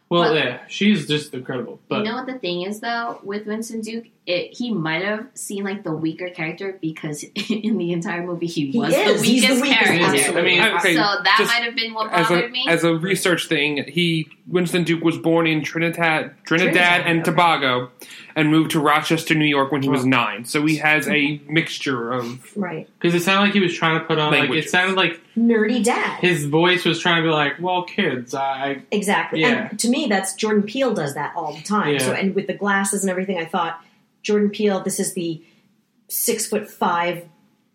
Speaker 3: well,
Speaker 1: But-
Speaker 3: yeah, she's just incredible. But
Speaker 1: you know what the thing is though with Winston Duke, it, he might have seemed like the weaker character because [laughs] in the entire movie he
Speaker 2: He
Speaker 1: was
Speaker 2: is.
Speaker 1: the
Speaker 2: He's the
Speaker 1: weakest
Speaker 2: weakest,
Speaker 1: character.
Speaker 2: absolutely.
Speaker 3: I mean,
Speaker 4: Okay,
Speaker 1: so that
Speaker 4: just
Speaker 1: might have been what
Speaker 4: as
Speaker 1: bothered
Speaker 4: a
Speaker 1: me.
Speaker 4: as a research thing, he Winston Duke was born in Trinidad, Trinidad,
Speaker 2: Trinidad,
Speaker 4: and
Speaker 2: okay.
Speaker 4: Tobago, and moved to Rochester, New York, when he was
Speaker 3: Oh.
Speaker 4: nine. So he has a mixture of
Speaker 2: right
Speaker 3: because it sounded like he was trying to put on, like it
Speaker 4: Languages.
Speaker 3: sounded like
Speaker 2: nerdy dad
Speaker 3: his voice was trying to be like, "Well, kids, I."
Speaker 2: Exactly.
Speaker 3: Yeah.
Speaker 2: And to me, that's Jordan Peele does that all the time.
Speaker 3: Yeah.
Speaker 2: So, and with the glasses and everything, I thought Jordan Peele, this is the six foot five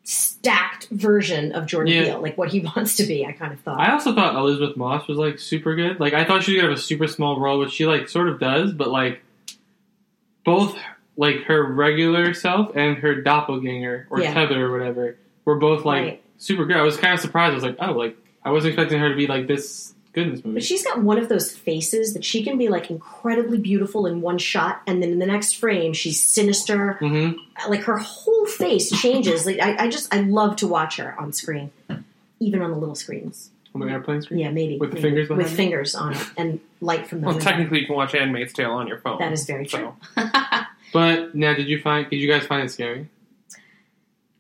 Speaker 2: stacked version of Jordan
Speaker 3: Yeah.
Speaker 2: Peele, like what he [laughs] wants to be. I kind of thought.
Speaker 3: I also thought Elizabeth Moss was like super good. Like I thought she would have a super small role, which she like sort of does, but like both like her regular self and her doppelganger or
Speaker 2: Yeah.
Speaker 3: tether or whatever were both like
Speaker 2: Right.
Speaker 3: super good. I was kind of surprised. I was like, oh, like I wasn't expecting her to be like this good in this movie.
Speaker 2: but she's got one of those faces that she can be like incredibly beautiful in one shot, and then in the next frame she's sinister.
Speaker 3: hmm
Speaker 2: Like her whole face changes. Like I, I just I love to watch her on screen, even on the little screens.
Speaker 3: On the airplane screen.
Speaker 2: Yeah, maybe
Speaker 3: With the
Speaker 2: maybe.
Speaker 3: fingers behind
Speaker 2: with
Speaker 3: it?
Speaker 2: fingers on it and light from the
Speaker 4: well,
Speaker 2: window.
Speaker 4: technically you can watch Handmaid's Tale on your phone.
Speaker 2: That is very
Speaker 4: so.
Speaker 2: true.
Speaker 3: But now, did you find? Did you guys find it scary?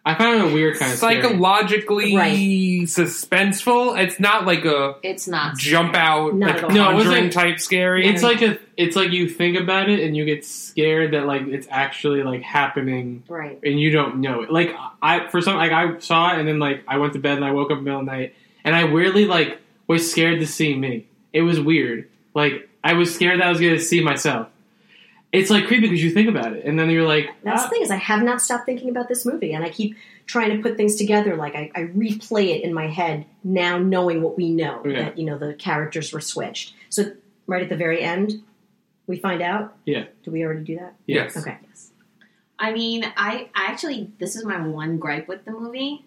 Speaker 3: I found it a weird kind of scary.
Speaker 4: Psychologically
Speaker 2: Right.
Speaker 4: suspenseful. It's not like a
Speaker 1: it's not
Speaker 4: jump out,
Speaker 2: Not
Speaker 4: like
Speaker 2: at all.
Speaker 3: No, it wasn't-
Speaker 4: conjuring type scary.
Speaker 3: It's like a. It's like you think about it and you get scared that like it's actually like happening
Speaker 2: Right.
Speaker 3: and you don't know it. Like I for some like I saw it and then like I went to bed and I woke up in the middle of the night and I weirdly like was scared to see me. It was weird. Like I was scared that I was going to see myself. It's like creepy because you think about it and then you're like,
Speaker 2: That's
Speaker 3: ah.
Speaker 2: the thing is I have not stopped thinking about this movie, and I keep trying to put things together. Like I, I replay it in my head now, knowing what we know
Speaker 3: Yeah.
Speaker 2: that you know the characters were switched. So right at the very end, we find out.
Speaker 3: Yeah.
Speaker 2: Do we already do that?
Speaker 4: yes.
Speaker 2: Okay.
Speaker 1: I mean, I I actually this is my one gripe with the movie,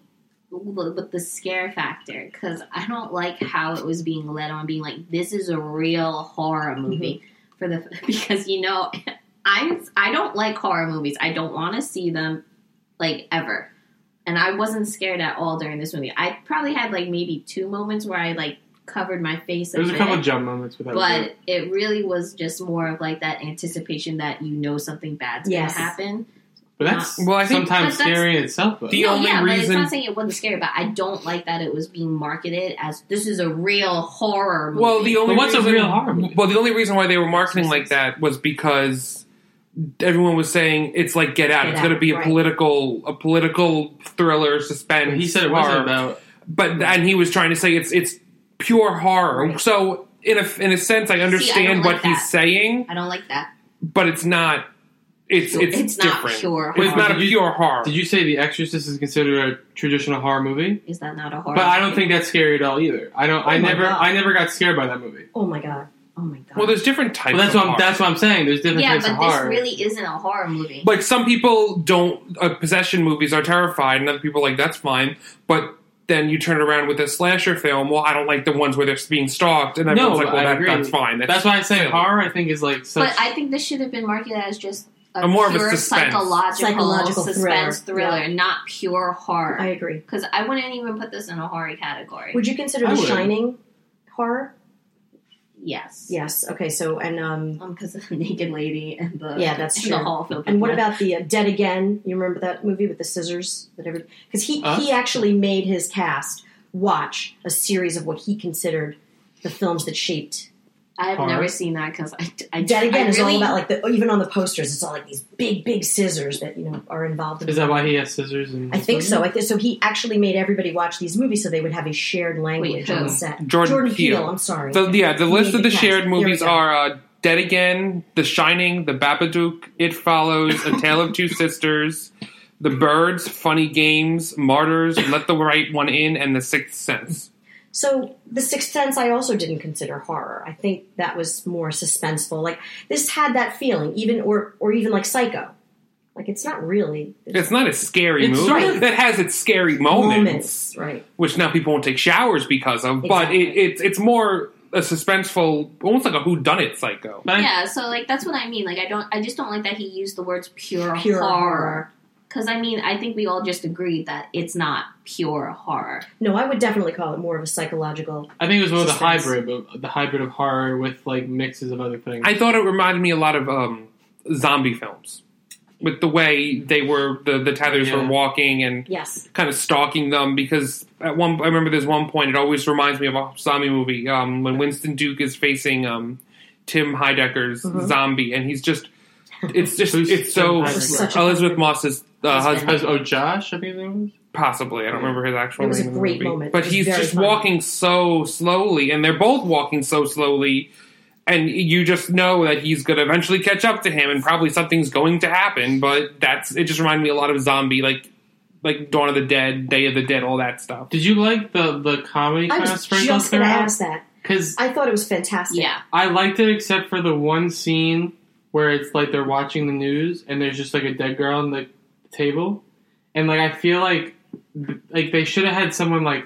Speaker 1: w- with the scare factor, because I don't like how it was being led on, being like this is a real horror
Speaker 3: Mm-hmm.
Speaker 1: movie for the [laughs] because you know [laughs] I'm I don't like horror movies. I don't want to see them like ever, and I wasn't scared at all during this movie. I probably had like maybe two moments where I like covered my face.
Speaker 3: There was a
Speaker 1: bit.
Speaker 3: couple jump moments with that. was it.
Speaker 1: But it really was just more of like that anticipation that you know something bad's
Speaker 2: Yes.
Speaker 1: gonna happen.
Speaker 3: but that's
Speaker 4: Well, I think-
Speaker 3: sometimes
Speaker 1: But that's-
Speaker 3: scary in itself. Though.
Speaker 4: The
Speaker 1: no,
Speaker 4: only
Speaker 1: yeah, but it's
Speaker 4: reason-
Speaker 1: not saying it wasn't scary, but I don't like that it was being marketed as this is a real horror movie.
Speaker 4: Well, the only
Speaker 3: But what's a
Speaker 4: reason,
Speaker 3: real horror movie?
Speaker 4: Well, the only reason why they were marketing like that was because everyone was saying it's like Get Out.
Speaker 2: Get
Speaker 4: it's going
Speaker 2: Out,
Speaker 4: to be a
Speaker 2: right.
Speaker 4: political, a political thriller
Speaker 3: And
Speaker 4: suspense.
Speaker 3: he said it wasn't
Speaker 4: horror,
Speaker 3: about.
Speaker 4: but and he was trying to say it's it's pure horror.
Speaker 2: Right.
Speaker 4: So in a in a sense, I understand
Speaker 1: like
Speaker 4: what
Speaker 1: that.
Speaker 4: he's saying,
Speaker 1: I don't like that.
Speaker 4: but it's not. It's it's,
Speaker 1: not
Speaker 4: different.
Speaker 1: pure horror.
Speaker 4: It's not a
Speaker 3: Did you-
Speaker 4: pure horror.
Speaker 3: Did you say The Exorcist is considered a traditional horror movie?
Speaker 1: is that not a horror?
Speaker 3: But I don't
Speaker 1: movie?
Speaker 3: think that's scary at all either. I don't. I
Speaker 2: Oh my
Speaker 3: never.
Speaker 2: God.
Speaker 3: I never got scared by that movie.
Speaker 2: Oh my god. Oh my god.
Speaker 4: Well, there's different types.
Speaker 3: Well, that's what
Speaker 4: of
Speaker 3: I'm,
Speaker 4: horror.
Speaker 3: that's what I'm saying. There's different
Speaker 1: yeah,
Speaker 3: types of
Speaker 1: but this
Speaker 3: horror.
Speaker 1: really isn't a horror movie.
Speaker 4: like some people don't uh, possession movies are terrified and other people are like that's fine but then you turn it around with a slasher film well i don't like the ones where they're being stalked and everyone's
Speaker 3: No,
Speaker 4: like well
Speaker 3: I
Speaker 4: that,
Speaker 3: agree.
Speaker 4: that's fine
Speaker 3: that's why I say
Speaker 4: silly.
Speaker 3: horror. I think is like such.
Speaker 1: but I think this should have been marketed as just a,
Speaker 4: A more of a
Speaker 1: pure
Speaker 4: suspense.
Speaker 1: psychological,
Speaker 2: Psychological
Speaker 1: suspense
Speaker 2: thriller.
Speaker 1: thriller, not pure
Speaker 2: I
Speaker 1: horror.
Speaker 2: agree.
Speaker 1: Because I, wouldn't even put this in a horror category.
Speaker 2: Would you consider
Speaker 3: I
Speaker 2: The
Speaker 3: would.
Speaker 2: Shining horror?
Speaker 1: yes.
Speaker 2: Yes. Okay. So and um
Speaker 1: Because of [laughs] the naked lady and the
Speaker 2: Yeah, that's
Speaker 1: and [laughs] the
Speaker 2: true.
Speaker 1: hall filled
Speaker 2: and
Speaker 1: with
Speaker 2: what
Speaker 1: blood.
Speaker 2: about the uh, Dead Again? You remember that movie with the scissors that every because he
Speaker 3: Us?
Speaker 2: he actually made his cast watch a series of what he considered the films that shaped
Speaker 1: I've
Speaker 3: horror?
Speaker 1: never seen that because I, I
Speaker 2: Dead Again
Speaker 1: I
Speaker 2: is all
Speaker 1: really-
Speaker 2: about like the even on the posters it's all like these big big scissors that you know are involved. in
Speaker 3: is that why he has scissors? And
Speaker 2: I think so. I think so. He actually made everybody watch these movies so they would have a shared language
Speaker 1: who?
Speaker 2: on set.
Speaker 4: Jordan Peele.
Speaker 2: I'm sorry.
Speaker 4: the, yeah the
Speaker 2: He
Speaker 4: list
Speaker 2: made
Speaker 4: of the
Speaker 2: cast.
Speaker 4: shared
Speaker 2: Here we
Speaker 4: movies
Speaker 2: go.
Speaker 4: are uh, dead again the shining the babadook it follows a tale of two sisters the birds funny games martyrs let the right one in and the sixth sense
Speaker 2: So The Sixth Sense, I also didn't consider horror. I think that was more suspenseful. Like this had that feeling, even or or even like Psycho. Like it's not really
Speaker 4: it's not a scary
Speaker 3: It's
Speaker 4: movie
Speaker 3: sort of-
Speaker 4: it has its scary moments.
Speaker 2: moments, right?
Speaker 4: which now people won't take showers because of, but
Speaker 2: Exactly.
Speaker 4: it, it's it's more a suspenseful, almost like a whodunit psycho.
Speaker 3: But I-
Speaker 1: yeah, so like that's what I mean. Like I don't, I just don't like that he used the words pure,
Speaker 2: Pure
Speaker 1: horror. Because I mean, I think we all just agreed that it's not pure horror.
Speaker 2: No, I would definitely call it more of a psychological.
Speaker 3: I think it was one of the
Speaker 2: Suspense.
Speaker 3: hybrid, of, the hybrid of horror with like mixes of other things.
Speaker 4: I thought it reminded me a lot of um, zombie films with the way they were the the tethers
Speaker 3: Yeah.
Speaker 4: were walking and
Speaker 2: Yes,
Speaker 4: kind of stalking them because at one I remember there's one point it always reminds me of a zombie movie um, when Winston Duke is facing um, Tim Heidecker's
Speaker 2: Mhm.
Speaker 4: zombie and he's just it's just
Speaker 3: Who's
Speaker 4: it's so
Speaker 3: Tim Heidecker?
Speaker 2: Such a-
Speaker 4: Elizabeth Moss's uh,
Speaker 2: Husband.
Speaker 4: husband
Speaker 3: As- oh, Josh, I think it was.
Speaker 4: Possibly, I don't remember his actual
Speaker 2: It was a
Speaker 4: name. in the
Speaker 2: great
Speaker 4: movie.
Speaker 2: moment.
Speaker 4: but
Speaker 2: It was
Speaker 4: he's
Speaker 2: very
Speaker 4: just
Speaker 2: fun.
Speaker 4: walking so slowly, and they're both walking so slowly, and you just know that he's going to eventually catch up to him, and probably something's going to happen. But that's it. Just reminded me a lot of zombie, like like Dawn of the Dead, Day of the Dead, all that stuff.
Speaker 3: Did you like the the comedy
Speaker 2: I
Speaker 3: kind of
Speaker 2: was
Speaker 3: sprinkled
Speaker 2: just going to
Speaker 3: throughout?
Speaker 2: ask that.
Speaker 3: Because
Speaker 2: I thought it was fantastic.
Speaker 1: Yeah,
Speaker 3: I liked it except for the one scene where it's like they're watching the news and there's just like a dead girl on the table, and like I feel like like they should have had someone like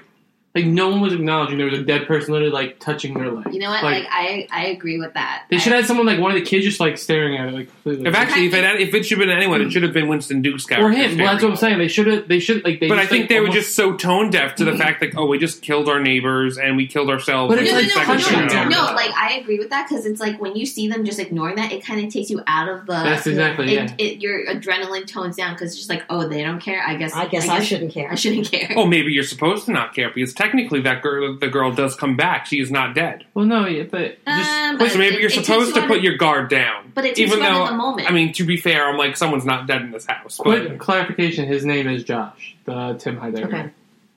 Speaker 3: like no one was acknowledging there was a dead person literally like touching their leg.
Speaker 1: you know what? Like,
Speaker 3: Like,
Speaker 1: I, I agree with that.
Speaker 3: they
Speaker 1: I-
Speaker 3: should have had someone like one of the kids just like staring at it like completely.
Speaker 4: If actually, if it, if it should have been anyone,
Speaker 2: Mm.
Speaker 4: it should have been Winston Duke's character.
Speaker 3: or him. Well, that's what I'm saying. They should have. They should like. They
Speaker 4: But I
Speaker 3: just,
Speaker 4: think
Speaker 3: like,
Speaker 4: they were
Speaker 3: almost-
Speaker 4: just so tone deaf
Speaker 2: Mm.
Speaker 4: to the fact that oh, we just killed our neighbors and we killed ourselves.
Speaker 3: But
Speaker 4: and
Speaker 3: it's
Speaker 1: No,
Speaker 4: we
Speaker 1: no,
Speaker 3: like
Speaker 1: no,
Speaker 4: second
Speaker 3: punching
Speaker 1: no,
Speaker 3: down.
Speaker 4: shot.
Speaker 1: no, like I agree with that because it's like when you see them just ignoring that, it kind of takes you out of the.
Speaker 3: That's exactly yeah.
Speaker 1: it, it, your adrenaline tones down because it's just like, oh, they don't care. I guess
Speaker 2: I guess I, shouldn't
Speaker 1: [laughs]
Speaker 2: care.
Speaker 1: I shouldn't care.
Speaker 4: Oh, maybe you're supposed to not care because technically that girl, the girl does come back. She is not dead.
Speaker 3: Well, no, yeah, but just
Speaker 1: Um,
Speaker 4: So maybe
Speaker 1: it-
Speaker 4: you're
Speaker 1: it takes
Speaker 4: supposed
Speaker 1: you
Speaker 4: to
Speaker 1: out
Speaker 4: put
Speaker 1: of-
Speaker 4: your guard down.
Speaker 1: But it takes
Speaker 4: Even
Speaker 1: you out
Speaker 4: though,
Speaker 1: of the moment.
Speaker 4: I mean, to be fair, I'm like someone's not dead in this house.
Speaker 3: quick
Speaker 4: But
Speaker 3: clarification. His name is Josh, the Tim Heidecker.
Speaker 2: Okay.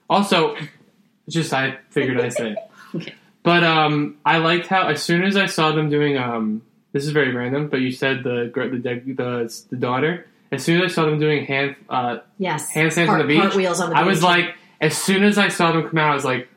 Speaker 3: Also, just I figured I'd say it.
Speaker 1: Okay.
Speaker 3: But um, I liked how as soon as I saw them doing um, this is very random, but you said the gr- the dead- the, the daughter. As soon as I saw them doing hand uh,
Speaker 2: Yes.
Speaker 3: handstands on
Speaker 2: Cart-
Speaker 3: the beach,
Speaker 2: Cartwheels on the
Speaker 3: I was
Speaker 2: beach.
Speaker 3: like, as soon as I saw them come out, I was like,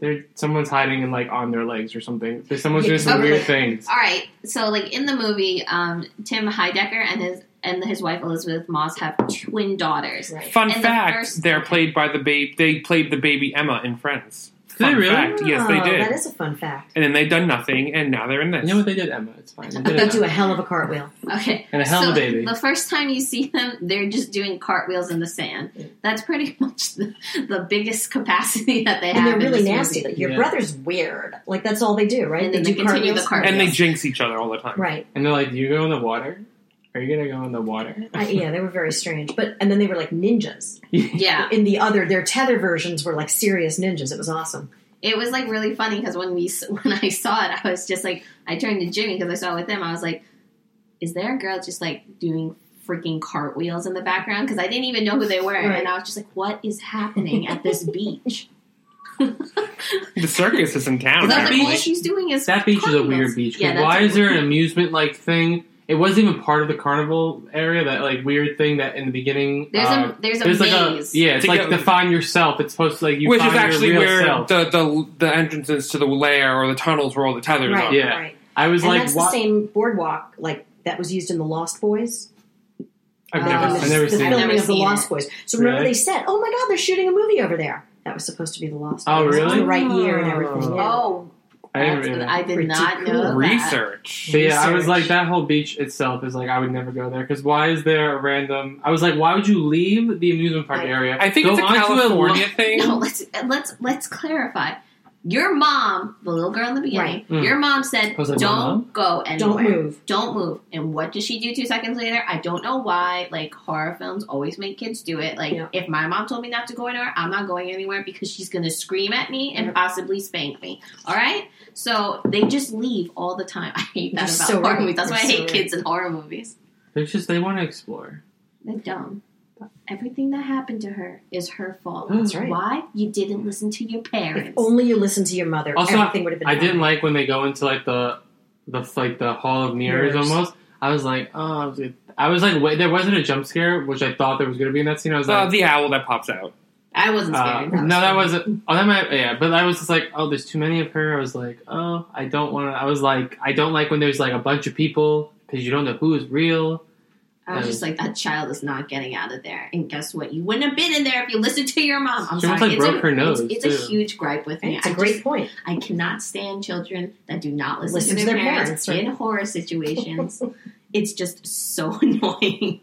Speaker 3: there someone's hiding and like on their legs or something. There's someone's
Speaker 2: Yeah,
Speaker 3: doing some
Speaker 1: okay.
Speaker 3: weird things.
Speaker 1: All right. So, like in the movie, um, Tim Heidecker and his and his wife Elizabeth Moss have twin daughters.
Speaker 2: Right.
Speaker 4: fun
Speaker 1: And the
Speaker 4: fact,
Speaker 1: first-
Speaker 4: they're played by the babe. They played the baby Emma in Friends.
Speaker 3: Did they
Speaker 4: Fun
Speaker 3: really?
Speaker 4: fact. Yes, they
Speaker 2: Oh,
Speaker 4: did.
Speaker 2: That is a fun fact.
Speaker 4: and then they done nothing, and now they're in this.
Speaker 3: You know what they did, Emma? It's fine. They did
Speaker 1: [laughs]
Speaker 2: They
Speaker 3: it.
Speaker 2: do a hell of a cartwheel.
Speaker 1: Okay.
Speaker 3: And a hell of
Speaker 1: so
Speaker 3: a baby.
Speaker 1: The first time you see them, they're just doing cartwheels in the sand. That's pretty [laughs] much the, the biggest capacity that they
Speaker 2: And
Speaker 1: have.
Speaker 2: they're
Speaker 1: in
Speaker 2: really
Speaker 1: this
Speaker 2: nasty.
Speaker 1: movie.
Speaker 2: Like, your
Speaker 3: Yeah.
Speaker 2: brother's weird. Like that's all they do, right?
Speaker 1: And then they
Speaker 2: do
Speaker 1: continue
Speaker 2: cartwheels.
Speaker 1: the cartwheels.
Speaker 4: and they jinx each other all the time.
Speaker 2: Right.
Speaker 3: And they're like, "Do you go in the water? Are you gonna go in the water?"
Speaker 2: I, yeah, they were very strange. But and then they were like ninjas.
Speaker 1: Yeah,
Speaker 2: In the other, their tether versions were like serious ninjas. It was awesome.
Speaker 1: it was like really funny because when we [laughs] s- when I saw it, I was just like, I turned to Jimmy because I saw it with him. I was like, is there a girl just like doing freaking cartwheels in the background? Because I didn't even know who they were,
Speaker 2: Right.
Speaker 1: and I was just like, what is happening at this beach?
Speaker 4: The circus is in
Speaker 1: Because
Speaker 4: town.
Speaker 1: I was like,
Speaker 4: apparently.
Speaker 1: all she's doing is
Speaker 3: That beach is a weird
Speaker 1: cartwheels.
Speaker 3: beach. 'cause
Speaker 1: Yeah, that's
Speaker 3: why
Speaker 1: a
Speaker 3: is there
Speaker 1: weird-
Speaker 3: an amusement like thing? It wasn't even part of the carnival area. That like weird thing that in the beginning.
Speaker 1: There's
Speaker 3: uh,
Speaker 1: a there's a
Speaker 3: there's like a
Speaker 1: maze.
Speaker 3: yeah. It's
Speaker 4: To
Speaker 3: like
Speaker 4: get-
Speaker 3: define yourself. It's supposed to like you
Speaker 4: Which is
Speaker 3: find
Speaker 4: actually
Speaker 3: your real
Speaker 4: where
Speaker 3: self.
Speaker 4: the, the the entrances to the lair or the tunnels where all the tethers
Speaker 2: right.
Speaker 4: are.
Speaker 3: Yeah.
Speaker 2: Right.
Speaker 3: I was
Speaker 2: and
Speaker 3: like,
Speaker 2: that's
Speaker 3: why-
Speaker 2: the same boardwalk like that was used in the Lost Boys.
Speaker 3: I've
Speaker 2: Um,
Speaker 3: never,
Speaker 2: the-
Speaker 3: I've never
Speaker 2: the
Speaker 3: seen.
Speaker 2: filming
Speaker 3: it.
Speaker 1: I've never
Speaker 2: of the
Speaker 1: seen
Speaker 2: Lost
Speaker 1: it.
Speaker 2: Boys. So remember
Speaker 3: Really?
Speaker 2: they said, "Oh my God, they're shooting a movie over there." That was supposed to be the Lost. Boys.
Speaker 3: Oh,
Speaker 2: It was
Speaker 3: really?
Speaker 2: The right year and everything. yeah.
Speaker 1: Oh,
Speaker 3: I never.
Speaker 1: that's-
Speaker 3: even-
Speaker 1: I did
Speaker 2: Pretty
Speaker 1: not
Speaker 2: cool.
Speaker 1: know that.
Speaker 4: Research.
Speaker 3: But yeah, I was
Speaker 2: Research.
Speaker 3: like, that whole beach itself is like, I would never go there because why is there a random? I was like, why would you leave the amusement park
Speaker 2: Right.
Speaker 3: area?
Speaker 4: I think
Speaker 3: go
Speaker 4: it's a
Speaker 3: onto
Speaker 4: California thing.
Speaker 1: [laughs] No, let's let's let's clarify. Your mom, the little girl in the beginning,
Speaker 3: Right. Mm.
Speaker 1: your mom said,
Speaker 3: I was like,
Speaker 1: "Don't
Speaker 3: "Mom?"
Speaker 1: go and
Speaker 2: Don't move.
Speaker 1: Don't move." And what does she do two seconds later? I don't know why. Like horror films always make kids do it. Like
Speaker 2: Yeah.
Speaker 1: if my mom told me not to go anywhere, I'm not going anywhere because she's going to scream at me and
Speaker 2: Yeah.
Speaker 1: possibly spank me. All right. So they just leave all the time. [laughs] I hate that about
Speaker 2: You're so
Speaker 1: horror
Speaker 2: right.
Speaker 1: movies. That's why
Speaker 2: You're
Speaker 1: I
Speaker 2: so
Speaker 1: hate kids in horror movies.
Speaker 3: There's just they want to explore.
Speaker 1: They're dumb. Everything that happened to her is her fault.
Speaker 2: [gasps] That's right.
Speaker 1: Why you didn't listen to your parents?
Speaker 2: If only you listened to your mother,
Speaker 3: Also,
Speaker 2: everything would have been.
Speaker 3: I
Speaker 2: fine.
Speaker 3: didn't like when they go into like the the like the hall of mirrors,
Speaker 2: Mirrors.
Speaker 3: almost. I was like, oh, I was, like- I was like, wait, there wasn't a jump scare, which I thought there was going to be in that scene. I was
Speaker 4: Uh,
Speaker 3: like,
Speaker 4: the owl that pops out.
Speaker 1: I wasn't
Speaker 3: Uh,
Speaker 1: scared.
Speaker 3: no, that wasn't. Oh, that might. Yeah, but I was just like, oh, there's too many of her. I was like, oh, I don't want to. I was like, I don't like when there's like a bunch of people because you don't know who is real.
Speaker 1: I was just like, that child is not getting out of there. And guess what? You wouldn't have been in there if you listened to your mom. I'm
Speaker 3: She
Speaker 1: sorry.
Speaker 3: almost, like,
Speaker 1: it's
Speaker 3: broke
Speaker 1: a,
Speaker 3: her nose,
Speaker 1: It's, it's a
Speaker 3: too.
Speaker 1: huge gripe with me.
Speaker 2: It's
Speaker 1: I
Speaker 2: a great
Speaker 1: just-
Speaker 2: point.
Speaker 1: I cannot stand children that do not listen,
Speaker 2: Listen
Speaker 1: to,
Speaker 2: to
Speaker 1: their,
Speaker 2: their
Speaker 1: parents,
Speaker 2: parents, right.
Speaker 1: in horror
Speaker 2: [laughs]
Speaker 1: situations. it's just so [laughs] annoying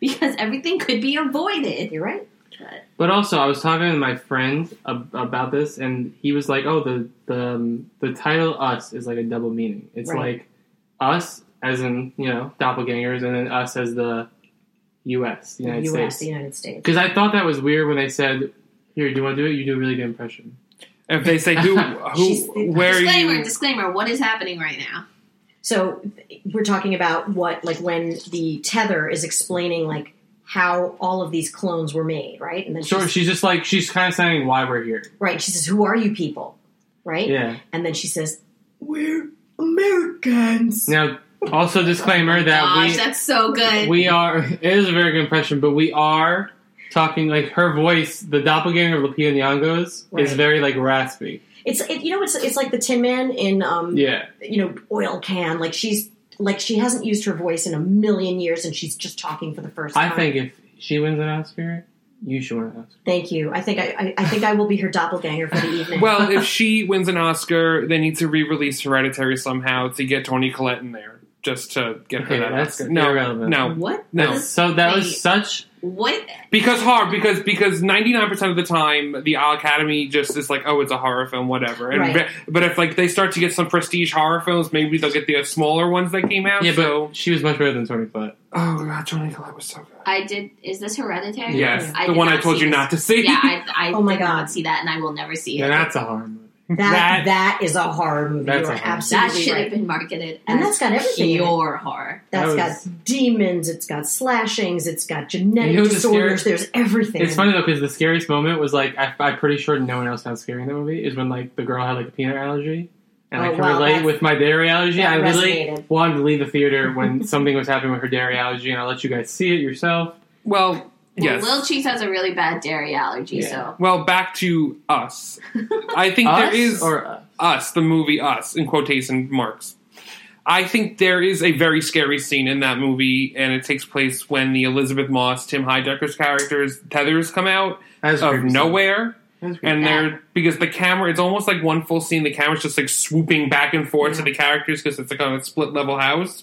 Speaker 1: because everything could be avoided.
Speaker 2: You're right.
Speaker 3: But also, I was talking with my friend ab- about this, and he was like, oh, the the um, the title "Us" is like a double meaning. It's
Speaker 2: Right.
Speaker 3: like us as in you know doppelgangers, and then us as the U.S. The United
Speaker 2: the U.S., the
Speaker 3: States.
Speaker 2: United States.
Speaker 3: Because I thought that was weird when they said, here, do you want to do it? You do a really good impression.
Speaker 4: If they say
Speaker 1: [laughs]
Speaker 4: who,
Speaker 2: She's-
Speaker 4: who, where are
Speaker 1: disclaimer,
Speaker 4: you?
Speaker 1: disclaimer, what is happening right now?
Speaker 2: So we're talking about what, like, when the tether is explaining, like, how all of these clones were made, right? And then
Speaker 3: Sure,
Speaker 2: she's,
Speaker 3: she's just like she's kind of saying why we're here.
Speaker 2: right, she says, "Who are you people?" Right,
Speaker 3: Yeah.
Speaker 2: and then she says, "We're Americans."
Speaker 3: Now, also disclaimer
Speaker 1: Oh Gosh,
Speaker 3: that
Speaker 1: that's so
Speaker 3: we
Speaker 1: good.
Speaker 3: we are [laughs] it is a very good impression, but we are talking like her voice, the doppelganger of Lupita Nyong'o's
Speaker 2: Right.
Speaker 3: is very like raspy.
Speaker 2: It's it, you know, it's it's like the Tin Man in, um,
Speaker 3: Yeah,
Speaker 2: you know, oil can. Like she's like she hasn't used her voice in a million years, and she's just talking for the first
Speaker 3: I
Speaker 2: time.
Speaker 3: think if she wins an Oscar, you should win an Oscar.
Speaker 2: Thank you. I think I, I, I think I will be her doppelganger for the evening.
Speaker 4: Well, if she wins an Oscar, they need to re-release Hereditary somehow to get Tony Collette in there, just to get her
Speaker 3: Okay,
Speaker 4: that
Speaker 3: that's
Speaker 4: Oscar. No,
Speaker 3: irrelevant.
Speaker 4: no,
Speaker 1: what?
Speaker 4: No.
Speaker 1: This-
Speaker 3: So that
Speaker 1: Wait.
Speaker 3: was such
Speaker 1: What?
Speaker 4: Because horror, because because ninety nine percent of the time, the Academy just is like, oh, it's a horror film, whatever. And
Speaker 2: Right.
Speaker 4: But if like they start to get some prestige horror films, maybe they'll get the smaller ones that came out.
Speaker 3: yeah,
Speaker 4: so.
Speaker 3: but she was much better than Tony Collette.
Speaker 4: oh god, Tony Collette was so good.
Speaker 1: I did. Is this hereditary?
Speaker 4: yes,
Speaker 1: I
Speaker 4: the
Speaker 1: did
Speaker 4: one
Speaker 1: not
Speaker 4: I told
Speaker 1: see
Speaker 4: you
Speaker 1: this.
Speaker 4: not to see.
Speaker 1: Yeah, I, I
Speaker 2: [laughs] Oh my
Speaker 1: did not
Speaker 2: God.
Speaker 1: see that, and I will never see it.
Speaker 3: Yeah, that's a horror movie.
Speaker 1: [laughs]
Speaker 2: that
Speaker 4: [laughs] That-
Speaker 2: that is a horror movie.
Speaker 3: That's
Speaker 2: you are
Speaker 3: a horror movie.
Speaker 1: that
Speaker 2: absolutely
Speaker 1: should
Speaker 2: right.
Speaker 1: have been marketed
Speaker 2: And
Speaker 1: as
Speaker 2: that's got everything in it.
Speaker 1: pure horror.
Speaker 2: That's
Speaker 3: That was-
Speaker 2: got demons. It's got slashings. It's got genetic
Speaker 3: You know the
Speaker 2: disorders. There's everything.
Speaker 3: It's funny though because the scariest moment was like I, I'm pretty sure no one else found scary in the movie is when like the girl had like a peanut allergy, and I
Speaker 2: Oh,
Speaker 3: can
Speaker 2: wow,
Speaker 3: relate
Speaker 2: that's-
Speaker 3: with my dairy allergy.
Speaker 2: that
Speaker 3: I really
Speaker 2: resonated.
Speaker 3: wanted to leave the theater when something was happening with her dairy allergy, and I let you guys see it yourself.
Speaker 4: Well,
Speaker 1: Well,
Speaker 4: yes.
Speaker 1: Lil Cheese has a really bad dairy allergy,
Speaker 3: Yeah.
Speaker 1: so
Speaker 4: Well, back to us. I think
Speaker 3: Us
Speaker 4: there is
Speaker 3: or uh,
Speaker 4: us, the movie Us, in quotation marks. I think there is a very scary scene in that movie, and it takes place when the Elizabeth Moss, Tim Hijacker's character's tethers come out
Speaker 3: that was
Speaker 4: of
Speaker 3: creepy stuff.
Speaker 4: nowhere.
Speaker 3: That was creepy.
Speaker 4: And
Speaker 1: Yeah.
Speaker 4: they're because the camera it's almost like one full scene, the camera's just like swooping back and forth to the characters because it's like on a split level house.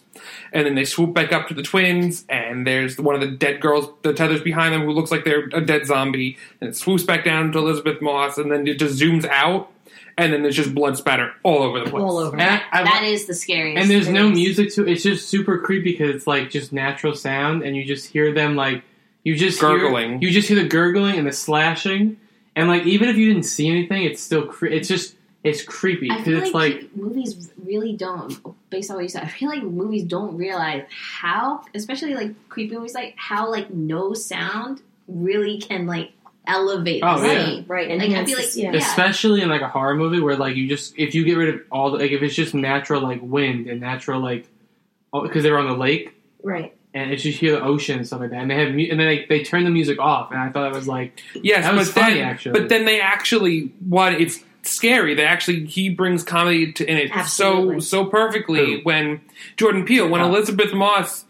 Speaker 4: And then they swoop back up to the twins, and there's one of the dead girls, the tethers behind them, who looks like they're a dead zombie, and it swoops back down to Elizabeth Moss, and then it just zooms out, and then there's just blood spatter all over the place.
Speaker 2: all over.
Speaker 3: And I- I-
Speaker 1: that is the scariest.
Speaker 3: and there's no
Speaker 1: thing.
Speaker 3: music to it. It's just super creepy because it's like just natural sound, and you just hear them like you just Hear,
Speaker 4: Gurgling.
Speaker 3: you just hear the gurgling and the slashing, and like even if you didn't see anything, it's still cre- it's just it's creepy
Speaker 1: I
Speaker 3: because
Speaker 1: feel
Speaker 3: it's like
Speaker 1: like, movies really don't. Based on what you said, I feel like movies don't realize how, especially like creepy movies, like how like no sound really can like elevate
Speaker 3: Oh,
Speaker 1: the
Speaker 3: yeah.
Speaker 1: scene.
Speaker 2: right? And
Speaker 1: Like, I
Speaker 2: enhance
Speaker 1: feel
Speaker 2: the-
Speaker 1: like-
Speaker 2: yeah.
Speaker 1: yeah.
Speaker 3: especially in like a horror movie where like you just if you get rid of all the like if it's just natural like wind and natural like because they were on the lake
Speaker 2: right.
Speaker 3: and it's just hear the ocean and stuff like that and they have mu- and then they, they turn the music off and I thought it was like
Speaker 4: Yes,
Speaker 3: That was
Speaker 4: but
Speaker 3: funny,
Speaker 4: then,
Speaker 3: actually.
Speaker 4: But then they actually what it's scary. They actually he brings comedy to in it
Speaker 2: Absolutely.
Speaker 4: so so perfectly
Speaker 3: Who?
Speaker 4: when Jordan Peele, when
Speaker 3: Oh.
Speaker 4: Elizabeth Moss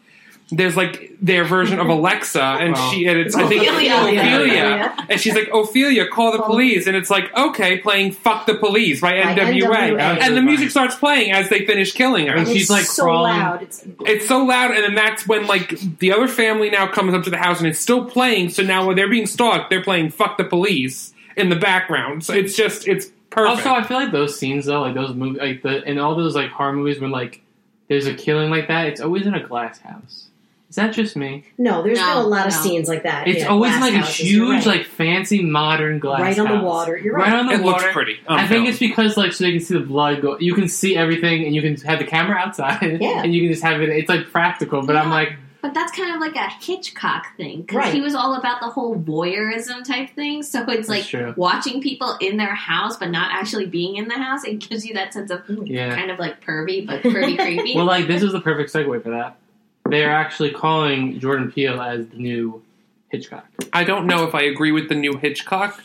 Speaker 4: there's like their version
Speaker 3: [laughs]
Speaker 4: of Alexa and
Speaker 3: Oh.
Speaker 4: she and it's I think
Speaker 2: Ophelia.
Speaker 4: Ophelia.
Speaker 2: Ophelia.
Speaker 4: And she's like, Ophelia, call the
Speaker 2: Call the
Speaker 4: police. And it's like, okay, playing Fuck the Police by
Speaker 2: By
Speaker 4: NWA.
Speaker 2: NWA.
Speaker 4: And the music starts playing as they finish killing her.
Speaker 3: And
Speaker 2: It's
Speaker 3: she's, like,
Speaker 2: so
Speaker 3: crawling.
Speaker 2: loud. It's
Speaker 4: It's so loud, and then that's when like the other family now comes up to the house and it's still playing. So now when they're being stalked, they're playing "fuck the police" in the background. So it's just it's perfect.
Speaker 3: Also, I feel like those scenes though, like those movies, like the in all those like horror movies when like there's a killing like that, it's always in a glass house. Is that just me?
Speaker 2: no. There's
Speaker 1: No,
Speaker 2: been a lot of
Speaker 1: no.
Speaker 2: scenes like that.
Speaker 3: It's
Speaker 2: yeah,
Speaker 3: always
Speaker 2: glass
Speaker 3: like a
Speaker 2: houses, you're
Speaker 3: huge,
Speaker 2: right.
Speaker 3: like fancy modern glass
Speaker 2: right on the
Speaker 3: house.
Speaker 2: water. You're
Speaker 3: Right,
Speaker 2: right.
Speaker 3: on the
Speaker 4: it
Speaker 3: water.
Speaker 4: looks pretty. Oh,
Speaker 3: I think it's because like so they can see the blood go. You can see everything, and you can have the camera outside, [laughs]
Speaker 2: Yeah.
Speaker 3: and you can just have it. It's like practical, but I'm
Speaker 1: Yeah.
Speaker 3: like,
Speaker 1: But that's kind of like a Hitchcock thing because
Speaker 2: Right.
Speaker 1: he was all about the whole voyeurism type thing. So it's
Speaker 3: That's
Speaker 1: like
Speaker 3: true.
Speaker 1: watching people in their house but not actually being in the house. It gives you that sense of
Speaker 3: yeah.
Speaker 1: kind of like pervy but pervy creepy.
Speaker 3: [laughs] Well, like this is the perfect segue for that. They're actually calling Jordan Peele as the new Hitchcock.
Speaker 4: I don't know if I agree with the new Hitchcock.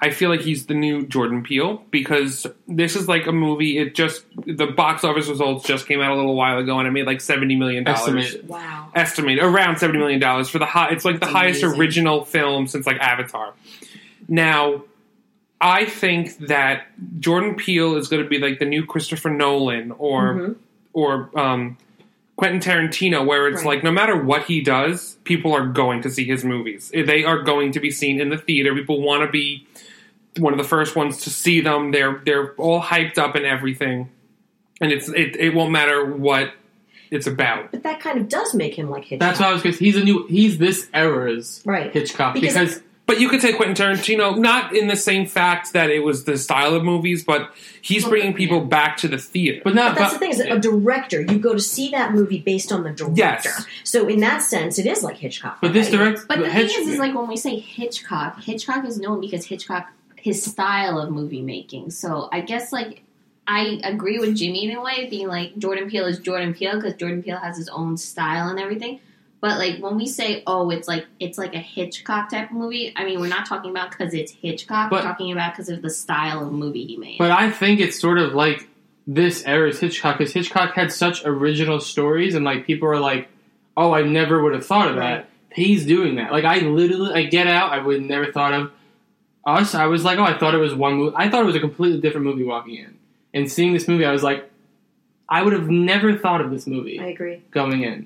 Speaker 4: I feel like he's the new Jordan Peele because this is like a movie. It just the box office results just came out a little while ago, and it made like seventy million dollars.
Speaker 3: Estimate.
Speaker 2: wow.
Speaker 4: estimate around seventy million dollars for the high. It's like the
Speaker 2: That's
Speaker 4: highest
Speaker 2: amazing.
Speaker 4: original film since like Avatar. Now, I think that Jordan Peele is going to be like the new Christopher Nolan or
Speaker 2: Mhm.
Speaker 4: or um, Quentin Tarantino, where it's
Speaker 2: Right.
Speaker 4: like no matter what he does, people are going to see his movies. Eh, They are going to be seen in the theater. People want to be one of the first ones to see them. They're they're all hyped up and everything, and it's it, it won't matter what it's about.
Speaker 2: But that kind of does make him like Hitchcock.
Speaker 3: That's why I was because he's a new. He's this era's
Speaker 2: Right.
Speaker 3: Hitchcock
Speaker 2: Because-
Speaker 3: because,
Speaker 4: But you could say Quentin Tarantino, not in the same fact that it was the style of movies, but he's
Speaker 1: Well,
Speaker 4: bringing people
Speaker 1: yeah.
Speaker 4: back to the theater.
Speaker 3: but not
Speaker 2: But that's the
Speaker 3: but-
Speaker 2: thing is a director. You go to see that movie based on the director.
Speaker 4: Yes.
Speaker 2: So in that sense, it is like Hitchcock.
Speaker 3: But this
Speaker 2: right?
Speaker 3: direct,
Speaker 1: but the
Speaker 3: Hitch-
Speaker 1: thing is, is like when we say Hitchcock, Hitchcock is known because Hitchcock his style of movie making. So I guess like I agree with Jimmy in a way, being like Jordan Peele is Jordan Peele because Jordan Peele has his own style and everything. But like when we say, oh, it's like it's like a Hitchcock type of movie. I mean, we're not talking about because it's Hitchcock.
Speaker 3: But-
Speaker 1: we're talking about because of the style of movie he made.
Speaker 3: But I think it's sort of like this era's Hitchcock because Hitchcock had such original stories, and like people are like, "Oh, I never would have thought of that." He's doing that. Like I literally, I Get Out, I would never thought of. Us, I was like, "Oh, I thought it was one movie." I thought it was a completely different movie walking in, and seeing this movie, I was like, "I would have never thought of this
Speaker 2: I
Speaker 3: movie
Speaker 2: agree.
Speaker 3: going in."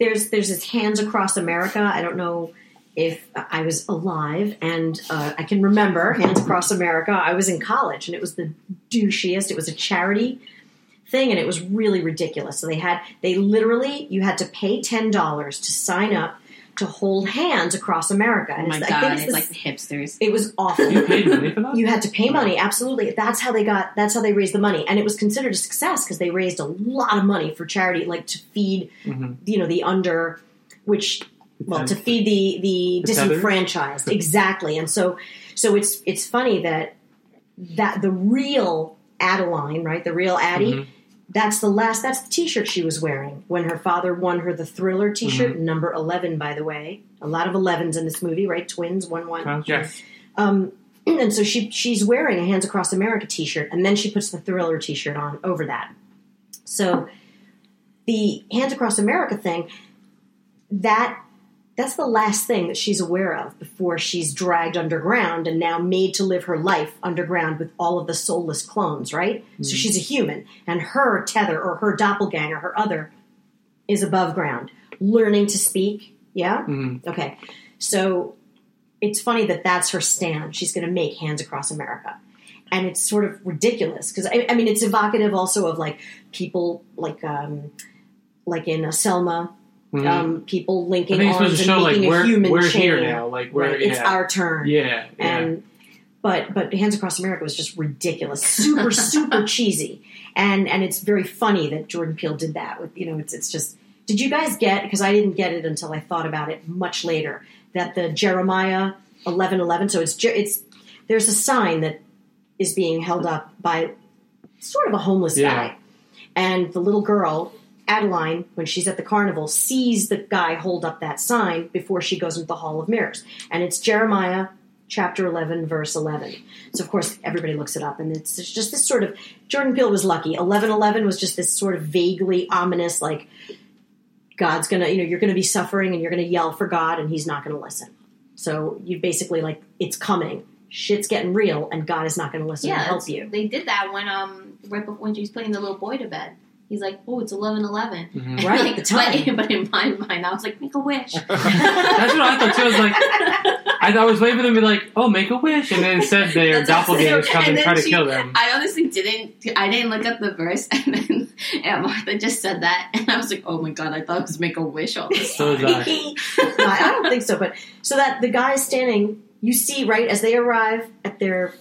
Speaker 2: There's there's this Hands Across America. I don't know if I was alive and uh, I can remember Hands Across America. I was in college and it was the douchiest. It was a charity thing and it was really ridiculous. So they had they literally you had to pay ten dollars to sign up to hold hands across America.
Speaker 1: oh
Speaker 2: And
Speaker 1: my
Speaker 2: it's-
Speaker 1: god,
Speaker 2: I think
Speaker 1: it's,
Speaker 2: it's the-
Speaker 1: like the hipsters.
Speaker 2: it was awful. [laughs]
Speaker 3: You paid money for that.
Speaker 2: You had to pay money, absolutely. That's how they got. That's how they raised the money, and it was considered a success because they raised a lot of money for charity, like to feed,
Speaker 3: Mhm.
Speaker 2: you know, the under, which well, to feed the the
Speaker 3: The tethered?
Speaker 2: disenfranchised, exactly. And so, so it's it's funny that that the real Adeline, right, the real Addie.
Speaker 3: Mhm.
Speaker 2: That's the last. That's the T-shirt she was wearing when her father won her the Thriller T-shirt, number eleven, by the way. A lot of elevens in this movie, right? Twins, one one.
Speaker 3: Gotcha.
Speaker 4: Yes.
Speaker 2: Um, [clears throat] and so she she's wearing a Hands Across America T-shirt, and then she puts the Thriller T-shirt on over that. So the Hands Across America thing that that's the last thing that she's aware of before she's dragged underground and now made to live her life underground with all of the soulless clones, right? So she's a human, and her tether or her doppelganger, her other, is above ground, learning to speak. Yeah.
Speaker 3: Mhm.
Speaker 2: Okay. So it's funny that that's her stand. She's going to make Hands Across America. And it's sort of ridiculous because I, I mean it's evocative also of like people like um, like in uh, Selma,
Speaker 3: Mhm.
Speaker 2: um, people
Speaker 3: I
Speaker 2: linking
Speaker 3: think it's supposed
Speaker 2: arms
Speaker 3: to
Speaker 2: and
Speaker 3: show like
Speaker 2: making a
Speaker 3: we're,
Speaker 2: human
Speaker 3: we're
Speaker 2: chain.
Speaker 3: here now, like we're
Speaker 2: Right,
Speaker 3: yeah.
Speaker 2: It's our turn.
Speaker 3: yeah, yeah.
Speaker 2: And but but Hands Across America was just ridiculous, super super cheesy, and and it's very funny that Jordan Peele did that. With you know, it's it's just. Did you guys get? Because I didn't get it until I thought about it much later. That the Jeremiah eleven eleven. So it's Je- it's there's a sign that is being held up by sort of a homeless
Speaker 3: Yeah.
Speaker 2: guy, and the little girl. Adeline, when she's at the carnival, sees the guy hold up that sign before she goes into the Hall of Mirrors. And it's Jeremiah chapter 11, verse 11. So, of course, everybody looks it up, and it's it's just this sort of Jordan Peele was lucky. 1111 was just this sort of vaguely ominous, like, God's gonna, you know, you're gonna be suffering and you're gonna yell for God and he's not gonna listen. So you basically like, it's coming. Shit's getting real and God is not gonna listen
Speaker 1: yeah,
Speaker 2: and help
Speaker 1: it's-
Speaker 2: you.
Speaker 1: They did that when um right before when she was putting the little boy to bed. He's like, oh, it's eleven eleven.
Speaker 3: Mhm.
Speaker 2: Right,
Speaker 1: like,
Speaker 2: the time.
Speaker 1: [laughs] But, but in my mind, I was like, make a wish.
Speaker 3: [laughs] That's what I thought too. I was like,
Speaker 1: [laughs]
Speaker 3: I, I was waiting for them to be like, "Oh, make a wish," and then instead their
Speaker 1: That's what I
Speaker 3: doppelgangers
Speaker 1: said.
Speaker 3: come and,
Speaker 1: And
Speaker 3: try
Speaker 1: then
Speaker 3: to
Speaker 1: she- [laughs]
Speaker 3: kill them.
Speaker 1: I honestly didn't. I didn't look up the verse, [laughs] and then Aunt Martha just said that, and I was like, "Oh my god!" I thought it was make a wish all this
Speaker 3: So
Speaker 1: time.
Speaker 3: was
Speaker 2: No, I don't think so, but so that the guy is standing, you see, right, as they arrive at their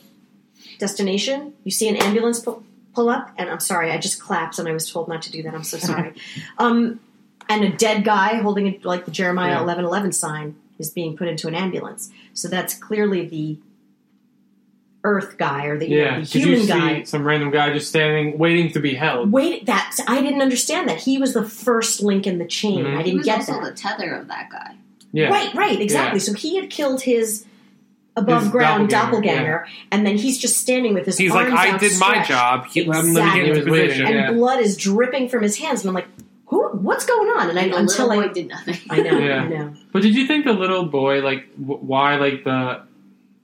Speaker 2: destination, you see an ambulance pull, pull up, and I'm sorry, I just collapsed and I was told not to do that. I'm so
Speaker 3: [laughs]
Speaker 2: sorry. um, and a dead guy holding a, like the Jeremiah
Speaker 3: Yeah.
Speaker 2: 1111 sign is being put into an ambulance. So that's clearly the earth guy or the, you know,
Speaker 3: Yeah,
Speaker 2: the
Speaker 3: because you
Speaker 2: human
Speaker 3: see
Speaker 2: guy.
Speaker 3: some random guy just standing, waiting to be held.
Speaker 2: Wait, that I didn't understand that. He was the first link in the chain.
Speaker 3: Mhm.
Speaker 2: I
Speaker 1: He
Speaker 2: didn't
Speaker 1: was
Speaker 2: get
Speaker 1: also
Speaker 2: that.
Speaker 1: the tether of that guy.
Speaker 3: Yeah,
Speaker 2: Right, right, exactly. So he had killed his above ground doppelganger,
Speaker 3: doppelganger,
Speaker 2: and then he's just standing with his
Speaker 4: He's like,
Speaker 2: arms
Speaker 4: I did my
Speaker 2: outstretched,
Speaker 4: job. He, I'm living in
Speaker 3: Exactly.
Speaker 4: his position.
Speaker 2: and
Speaker 3: yeah.
Speaker 2: blood is dripping from his hands. And I'm like, who? What's going on? And I,
Speaker 1: And the
Speaker 2: until
Speaker 1: little
Speaker 2: I,
Speaker 1: boy did nothing.
Speaker 2: I know,
Speaker 3: Yeah.
Speaker 2: I know.
Speaker 3: But did you think the little boy like w- why like the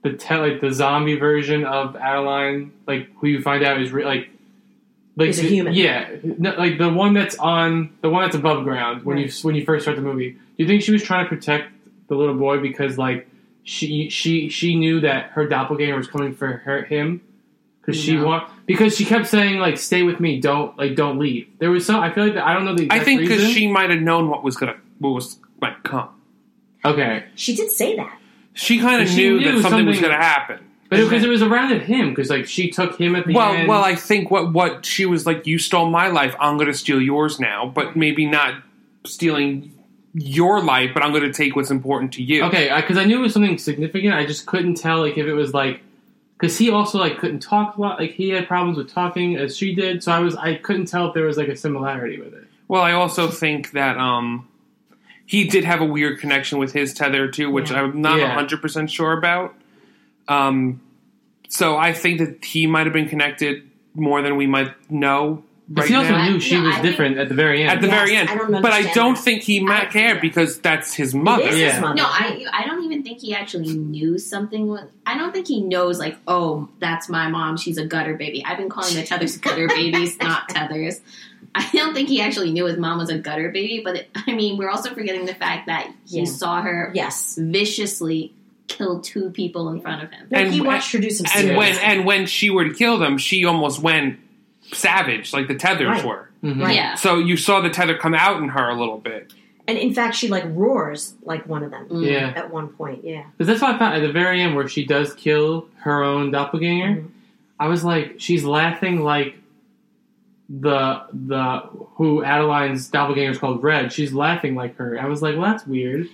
Speaker 3: the te- like the zombie version of Adeline like who you find out is re- like like
Speaker 2: Is a human.
Speaker 3: Yeah, no, like the one that's on the one that's above ground when you when you first start the movie. Do you think she was trying to protect the little boy because like she she she knew that her doppelganger was coming for her him because she
Speaker 1: No.
Speaker 3: want because she kept saying like stay with me don't like don't leave. There was some I feel like I don't know the
Speaker 4: I
Speaker 3: exact
Speaker 4: think because
Speaker 3: reason.
Speaker 4: she might have known what was gonna what was might come.
Speaker 3: okay
Speaker 2: She did say that.
Speaker 4: She kind of
Speaker 3: She knew
Speaker 4: knew, that something, was
Speaker 3: something-
Speaker 4: gonna happen.
Speaker 3: But because it was around at him, because like she took him at the
Speaker 4: Well,
Speaker 3: end.
Speaker 4: well, I think what what she was like. You stole my life. I'm going to steal yours now, but maybe not stealing your life. But I'm going to take what's important to you.
Speaker 3: okay, because I, knew it was something significant. I just couldn't tell like if it was like because he also like couldn't talk a lot. Like he had problems with talking as she did. So I was I couldn't tell if there was like a similarity with it.
Speaker 4: Well, I also think that um, he did have a weird connection with his tether too, which
Speaker 2: Yeah.
Speaker 4: I'm not
Speaker 3: Yeah.
Speaker 4: 100 percent sure about. Um, so I think that he might have been connected more than we might know.
Speaker 3: 'Cause
Speaker 4: Right
Speaker 3: he also
Speaker 4: now.
Speaker 3: knew she
Speaker 1: No,
Speaker 3: was
Speaker 1: I think-
Speaker 3: different at the very end.
Speaker 4: at the
Speaker 2: Yes,
Speaker 4: very end,
Speaker 2: I don't
Speaker 4: but I
Speaker 2: understand
Speaker 4: don't
Speaker 2: that.
Speaker 4: think he might
Speaker 1: I-
Speaker 4: care because that's his mother.
Speaker 2: It is
Speaker 3: Yeah.
Speaker 2: his mother.
Speaker 1: No, I I don't even think he actually knew something. Was, I don't think he knows like, oh, that's my mom. She's a gutter baby. I've been calling the tethers gutter
Speaker 2: [laughs]
Speaker 1: babies, not tethers. I don't think he actually knew his mom was a gutter baby. But I mean, we're also forgetting the fact that he
Speaker 2: Yeah.
Speaker 1: saw her
Speaker 2: yes.
Speaker 1: viciously kill two people in front of him.
Speaker 2: No,
Speaker 4: And
Speaker 2: he
Speaker 4: wh-
Speaker 2: watched her do some.
Speaker 4: And
Speaker 2: serious-
Speaker 3: Yeah.
Speaker 4: when and when she were to kill them, she almost went savage, like the tethers
Speaker 2: Right.
Speaker 4: were.
Speaker 3: Mhm.
Speaker 2: Right.
Speaker 1: Yeah.
Speaker 4: So you saw the tether come out in her a little bit.
Speaker 2: and in fact, she like roars like one of them
Speaker 1: Mm.
Speaker 3: Yeah,
Speaker 2: at one point. Yeah,
Speaker 3: because that's what I thought at the very end where she does kill her own doppelganger.
Speaker 2: Mhm.
Speaker 3: I was like, she's laughing like the the who Adeline's doppelganger is called Red. She's laughing like her. I was like, well, that's weird.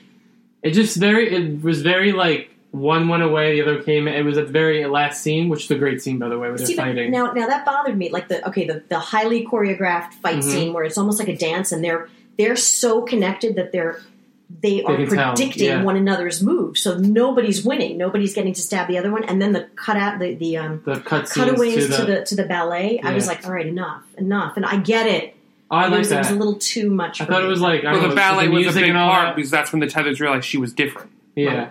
Speaker 3: It just very it was very like one went away, the other came. It was at the very last scene, which is a great scene by the way, where they're
Speaker 2: See, that-
Speaker 3: fighting.
Speaker 2: now, now that bothered me. Like the okay, the, the highly choreographed fight
Speaker 3: Mhm.
Speaker 2: scene where it's almost like a dance, and they're they're so connected that they're they are
Speaker 3: can tell,
Speaker 2: predicting
Speaker 3: yeah.
Speaker 2: one another's moves. So nobody's winning. Nobody's getting to stab the other one. And then the cutout, the the um,
Speaker 3: the cutscenes
Speaker 2: cutaways
Speaker 3: to the.
Speaker 2: to the to the ballet. I was
Speaker 3: Yeah.
Speaker 2: like, all right, enough, enough. And I get it.
Speaker 3: oh, I
Speaker 2: it,
Speaker 3: like
Speaker 2: was, it was a
Speaker 3: that.
Speaker 2: little too much.
Speaker 3: I
Speaker 2: for
Speaker 3: thought it
Speaker 2: me.
Speaker 3: was like I
Speaker 4: Well,
Speaker 3: don't know,
Speaker 4: the ballet
Speaker 3: the
Speaker 4: was a
Speaker 3: music
Speaker 4: big
Speaker 3: and all
Speaker 4: part
Speaker 3: That.
Speaker 4: because that's when the tethers realized she was different.
Speaker 3: Yeah,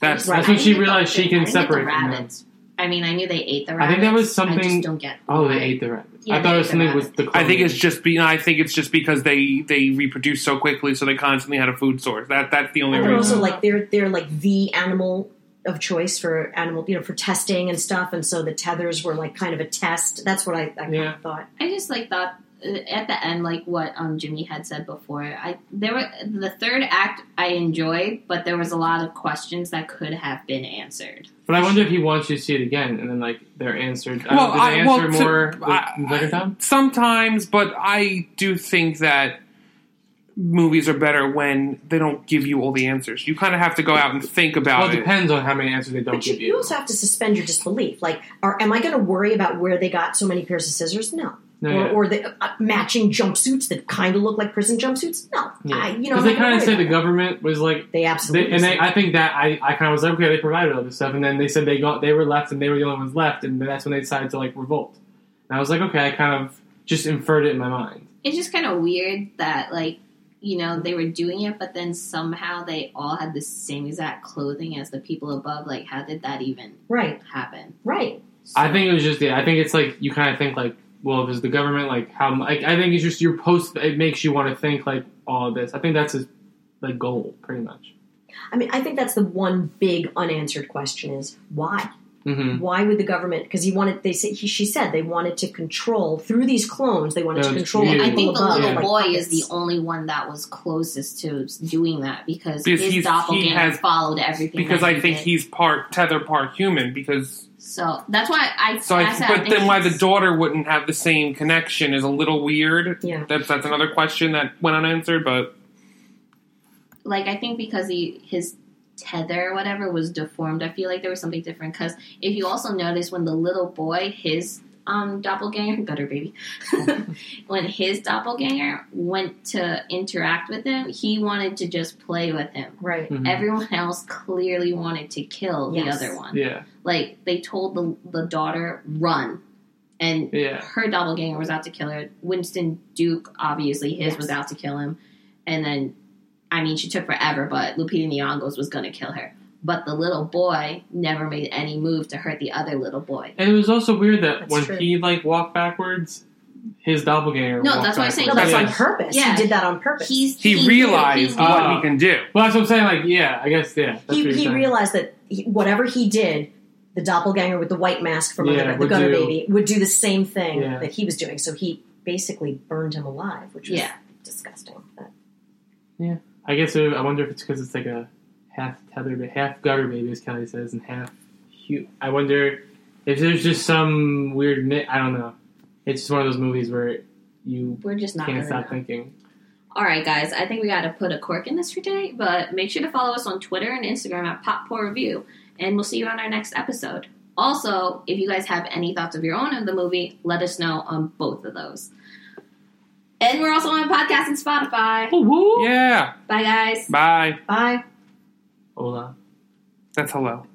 Speaker 4: That's
Speaker 2: Right.
Speaker 3: that's when
Speaker 1: I
Speaker 3: she
Speaker 1: knew the-
Speaker 3: realized she can
Speaker 1: I knew
Speaker 3: separate
Speaker 1: the
Speaker 3: from them.
Speaker 1: rabbits. I mean, I knew they ate the
Speaker 3: I
Speaker 1: rabbits.
Speaker 3: think that was
Speaker 1: I
Speaker 3: something-
Speaker 1: just don't get.
Speaker 3: Oh,
Speaker 1: why.
Speaker 3: they ate the rabbit.
Speaker 1: Yeah,
Speaker 3: I thought
Speaker 1: they
Speaker 3: it was
Speaker 1: ate the
Speaker 3: something
Speaker 1: rabbit.
Speaker 3: with the.
Speaker 4: I think it's
Speaker 3: cloning.
Speaker 4: just be. I think it's just because they they reproduce so quickly, so they constantly had a food source. That that's the only
Speaker 2: And they're
Speaker 4: reason.
Speaker 2: also like they're they're like the animal of choice for animal, you know, for testing and stuff. And so the tethers were like kind of a test. That's what I, I kind
Speaker 3: Yeah.
Speaker 2: of thought.
Speaker 1: I just like thought uh, at the end, like what um, Jimmy had said before. I there were the third act I enjoyed, but there was a lot of questions that could have been answered.
Speaker 3: But I wonder if he wants you to see it again, and then like they're answered. I
Speaker 4: Well,
Speaker 3: don't, Uh, did they
Speaker 4: I- well,
Speaker 3: answer
Speaker 4: to-
Speaker 3: more the
Speaker 4: I-
Speaker 3: the second time?
Speaker 4: Sometimes, but I do think that movies are better when they don't give you all the answers. You kind of have to go out and think about
Speaker 3: Well, it
Speaker 4: it.
Speaker 3: depends on how many answers they don't
Speaker 2: But you,
Speaker 3: give
Speaker 2: you also have to suspend your disbelief. Like, are, am I going to worry about where they got so many pairs of scissors? No.
Speaker 3: No,
Speaker 2: or,
Speaker 3: yeah.
Speaker 2: or the uh, matching jumpsuits that kind of look like prison jumpsuits. No,
Speaker 3: Yeah.
Speaker 2: I, you know,
Speaker 3: 'Cause
Speaker 2: I'm
Speaker 3: they
Speaker 2: not
Speaker 3: kind of
Speaker 2: worried
Speaker 3: said the
Speaker 2: about that.
Speaker 3: government was like
Speaker 2: They
Speaker 3: They,
Speaker 2: absolutely
Speaker 3: and
Speaker 2: said
Speaker 3: they,
Speaker 2: that.
Speaker 3: I think that I, I kind of was like, okay, they provided all this stuff, and then they said they got, they were left, and they were the only ones left, and that's when they decided to like revolt. And I was like, okay, I kind of just inferred it in my mind.
Speaker 1: It's just kind of weird that like you know they were doing it, but then somehow they all had the same exact clothing as the people above. Like, how did that even
Speaker 2: right,
Speaker 1: happen?
Speaker 2: right.
Speaker 3: I think it was just, yeah, I think it's like you kind of think like, well, if it's the government, like how, mu- like, I think it's just your post. It makes you want to think like all of this. I think that's his like goal, pretty much.
Speaker 2: I mean, I think that's the one big unanswered question: is why?
Speaker 3: Mm-hmm.
Speaker 2: Why would the government? Because he wanted. They say he, she said they wanted to control through these clones. They wanted
Speaker 3: That
Speaker 2: to
Speaker 3: was
Speaker 2: control.
Speaker 3: weird.
Speaker 1: I
Speaker 2: people
Speaker 1: think the
Speaker 2: above,
Speaker 1: little
Speaker 2: like
Speaker 1: boy is the
Speaker 2: puppets.
Speaker 1: only one that was closest to doing that because,
Speaker 4: Because he's- he
Speaker 1: his doppelganger
Speaker 4: has-
Speaker 1: followed everything.
Speaker 4: because
Speaker 1: that
Speaker 4: I
Speaker 1: he
Speaker 4: think
Speaker 1: did.
Speaker 4: he's part tether, part human. Because
Speaker 1: So that's why I.
Speaker 4: so, I,
Speaker 1: that's why I
Speaker 4: but
Speaker 1: think
Speaker 4: then why the
Speaker 1: he's-
Speaker 4: daughter wouldn't have the same connection is a little weird.
Speaker 2: Yeah.
Speaker 4: That's that's another question that went unanswered. But
Speaker 1: like I think because he his tether or whatever was deformed. I feel like there was something different because if you also notice when the little boy his um doppelganger [laughs] gutter baby when his doppelganger went to interact with him, he wanted to just play with him.
Speaker 3: Hmm.
Speaker 2: right.
Speaker 3: Mm-hmm.
Speaker 1: Everyone else clearly wanted to kill
Speaker 2: Yes.
Speaker 1: the other one.
Speaker 3: Yeah,
Speaker 1: Like they told the the daughter run, and
Speaker 3: yeah.
Speaker 1: her doppelganger was out to kill her. Winston Duke, obviously, his
Speaker 2: Yes.
Speaker 1: was out to kill him. And then, I mean, she took forever, but Lupita Nyong'o's was going to kill her. But the little boy never made any move to hurt the other little boy.
Speaker 3: And it was also weird that
Speaker 2: That's
Speaker 3: when
Speaker 2: true.
Speaker 3: he like walked backwards, his doppelganger.
Speaker 1: No,
Speaker 3: walked
Speaker 1: that's what I'm
Speaker 3: backwards.
Speaker 1: saying.
Speaker 2: No, that's
Speaker 3: Yeah.
Speaker 2: on purpose.
Speaker 1: Yeah.
Speaker 2: He did that on purpose.
Speaker 1: He's
Speaker 4: he,
Speaker 1: he's-
Speaker 4: realized
Speaker 1: he's-
Speaker 4: what
Speaker 3: Ah.
Speaker 4: he can do.
Speaker 3: Well, that's what I'm saying. Like, yeah, I guess, yeah. That's what
Speaker 2: he,
Speaker 3: you're
Speaker 2: he
Speaker 3: saying.
Speaker 2: realized that he, whatever he did, the doppelganger with the white mask from
Speaker 3: Yeah,
Speaker 2: Other- the
Speaker 3: would
Speaker 2: Gutter
Speaker 3: do-
Speaker 2: Baby would do the same thing
Speaker 3: Yeah.
Speaker 2: that he was doing. So he basically burned him alive, which was
Speaker 1: Yeah.
Speaker 2: disgusting. But
Speaker 3: I guess it, I wonder if it's because it's like a half tether, ba- half gutter baby, as Kelly says, and half. Hu- I wonder if there's just some weird. Mi- I don't know. It's just one of those movies where you
Speaker 1: we're just not going
Speaker 3: can't
Speaker 1: to
Speaker 3: stop thinking.
Speaker 1: All right, guys, I think we got to put a cork in this for today, but make sure to follow us on Twitter and Instagram at Pop Poor Review, and we'll see you on our next episode. Also, if you guys have any thoughts of your own of the movie, let us know on both of those. And we're also on podcast and Spotify.
Speaker 4: Yeah.
Speaker 1: Bye, guys.
Speaker 4: Bye.
Speaker 2: bye.
Speaker 3: Hola.
Speaker 4: That's hello.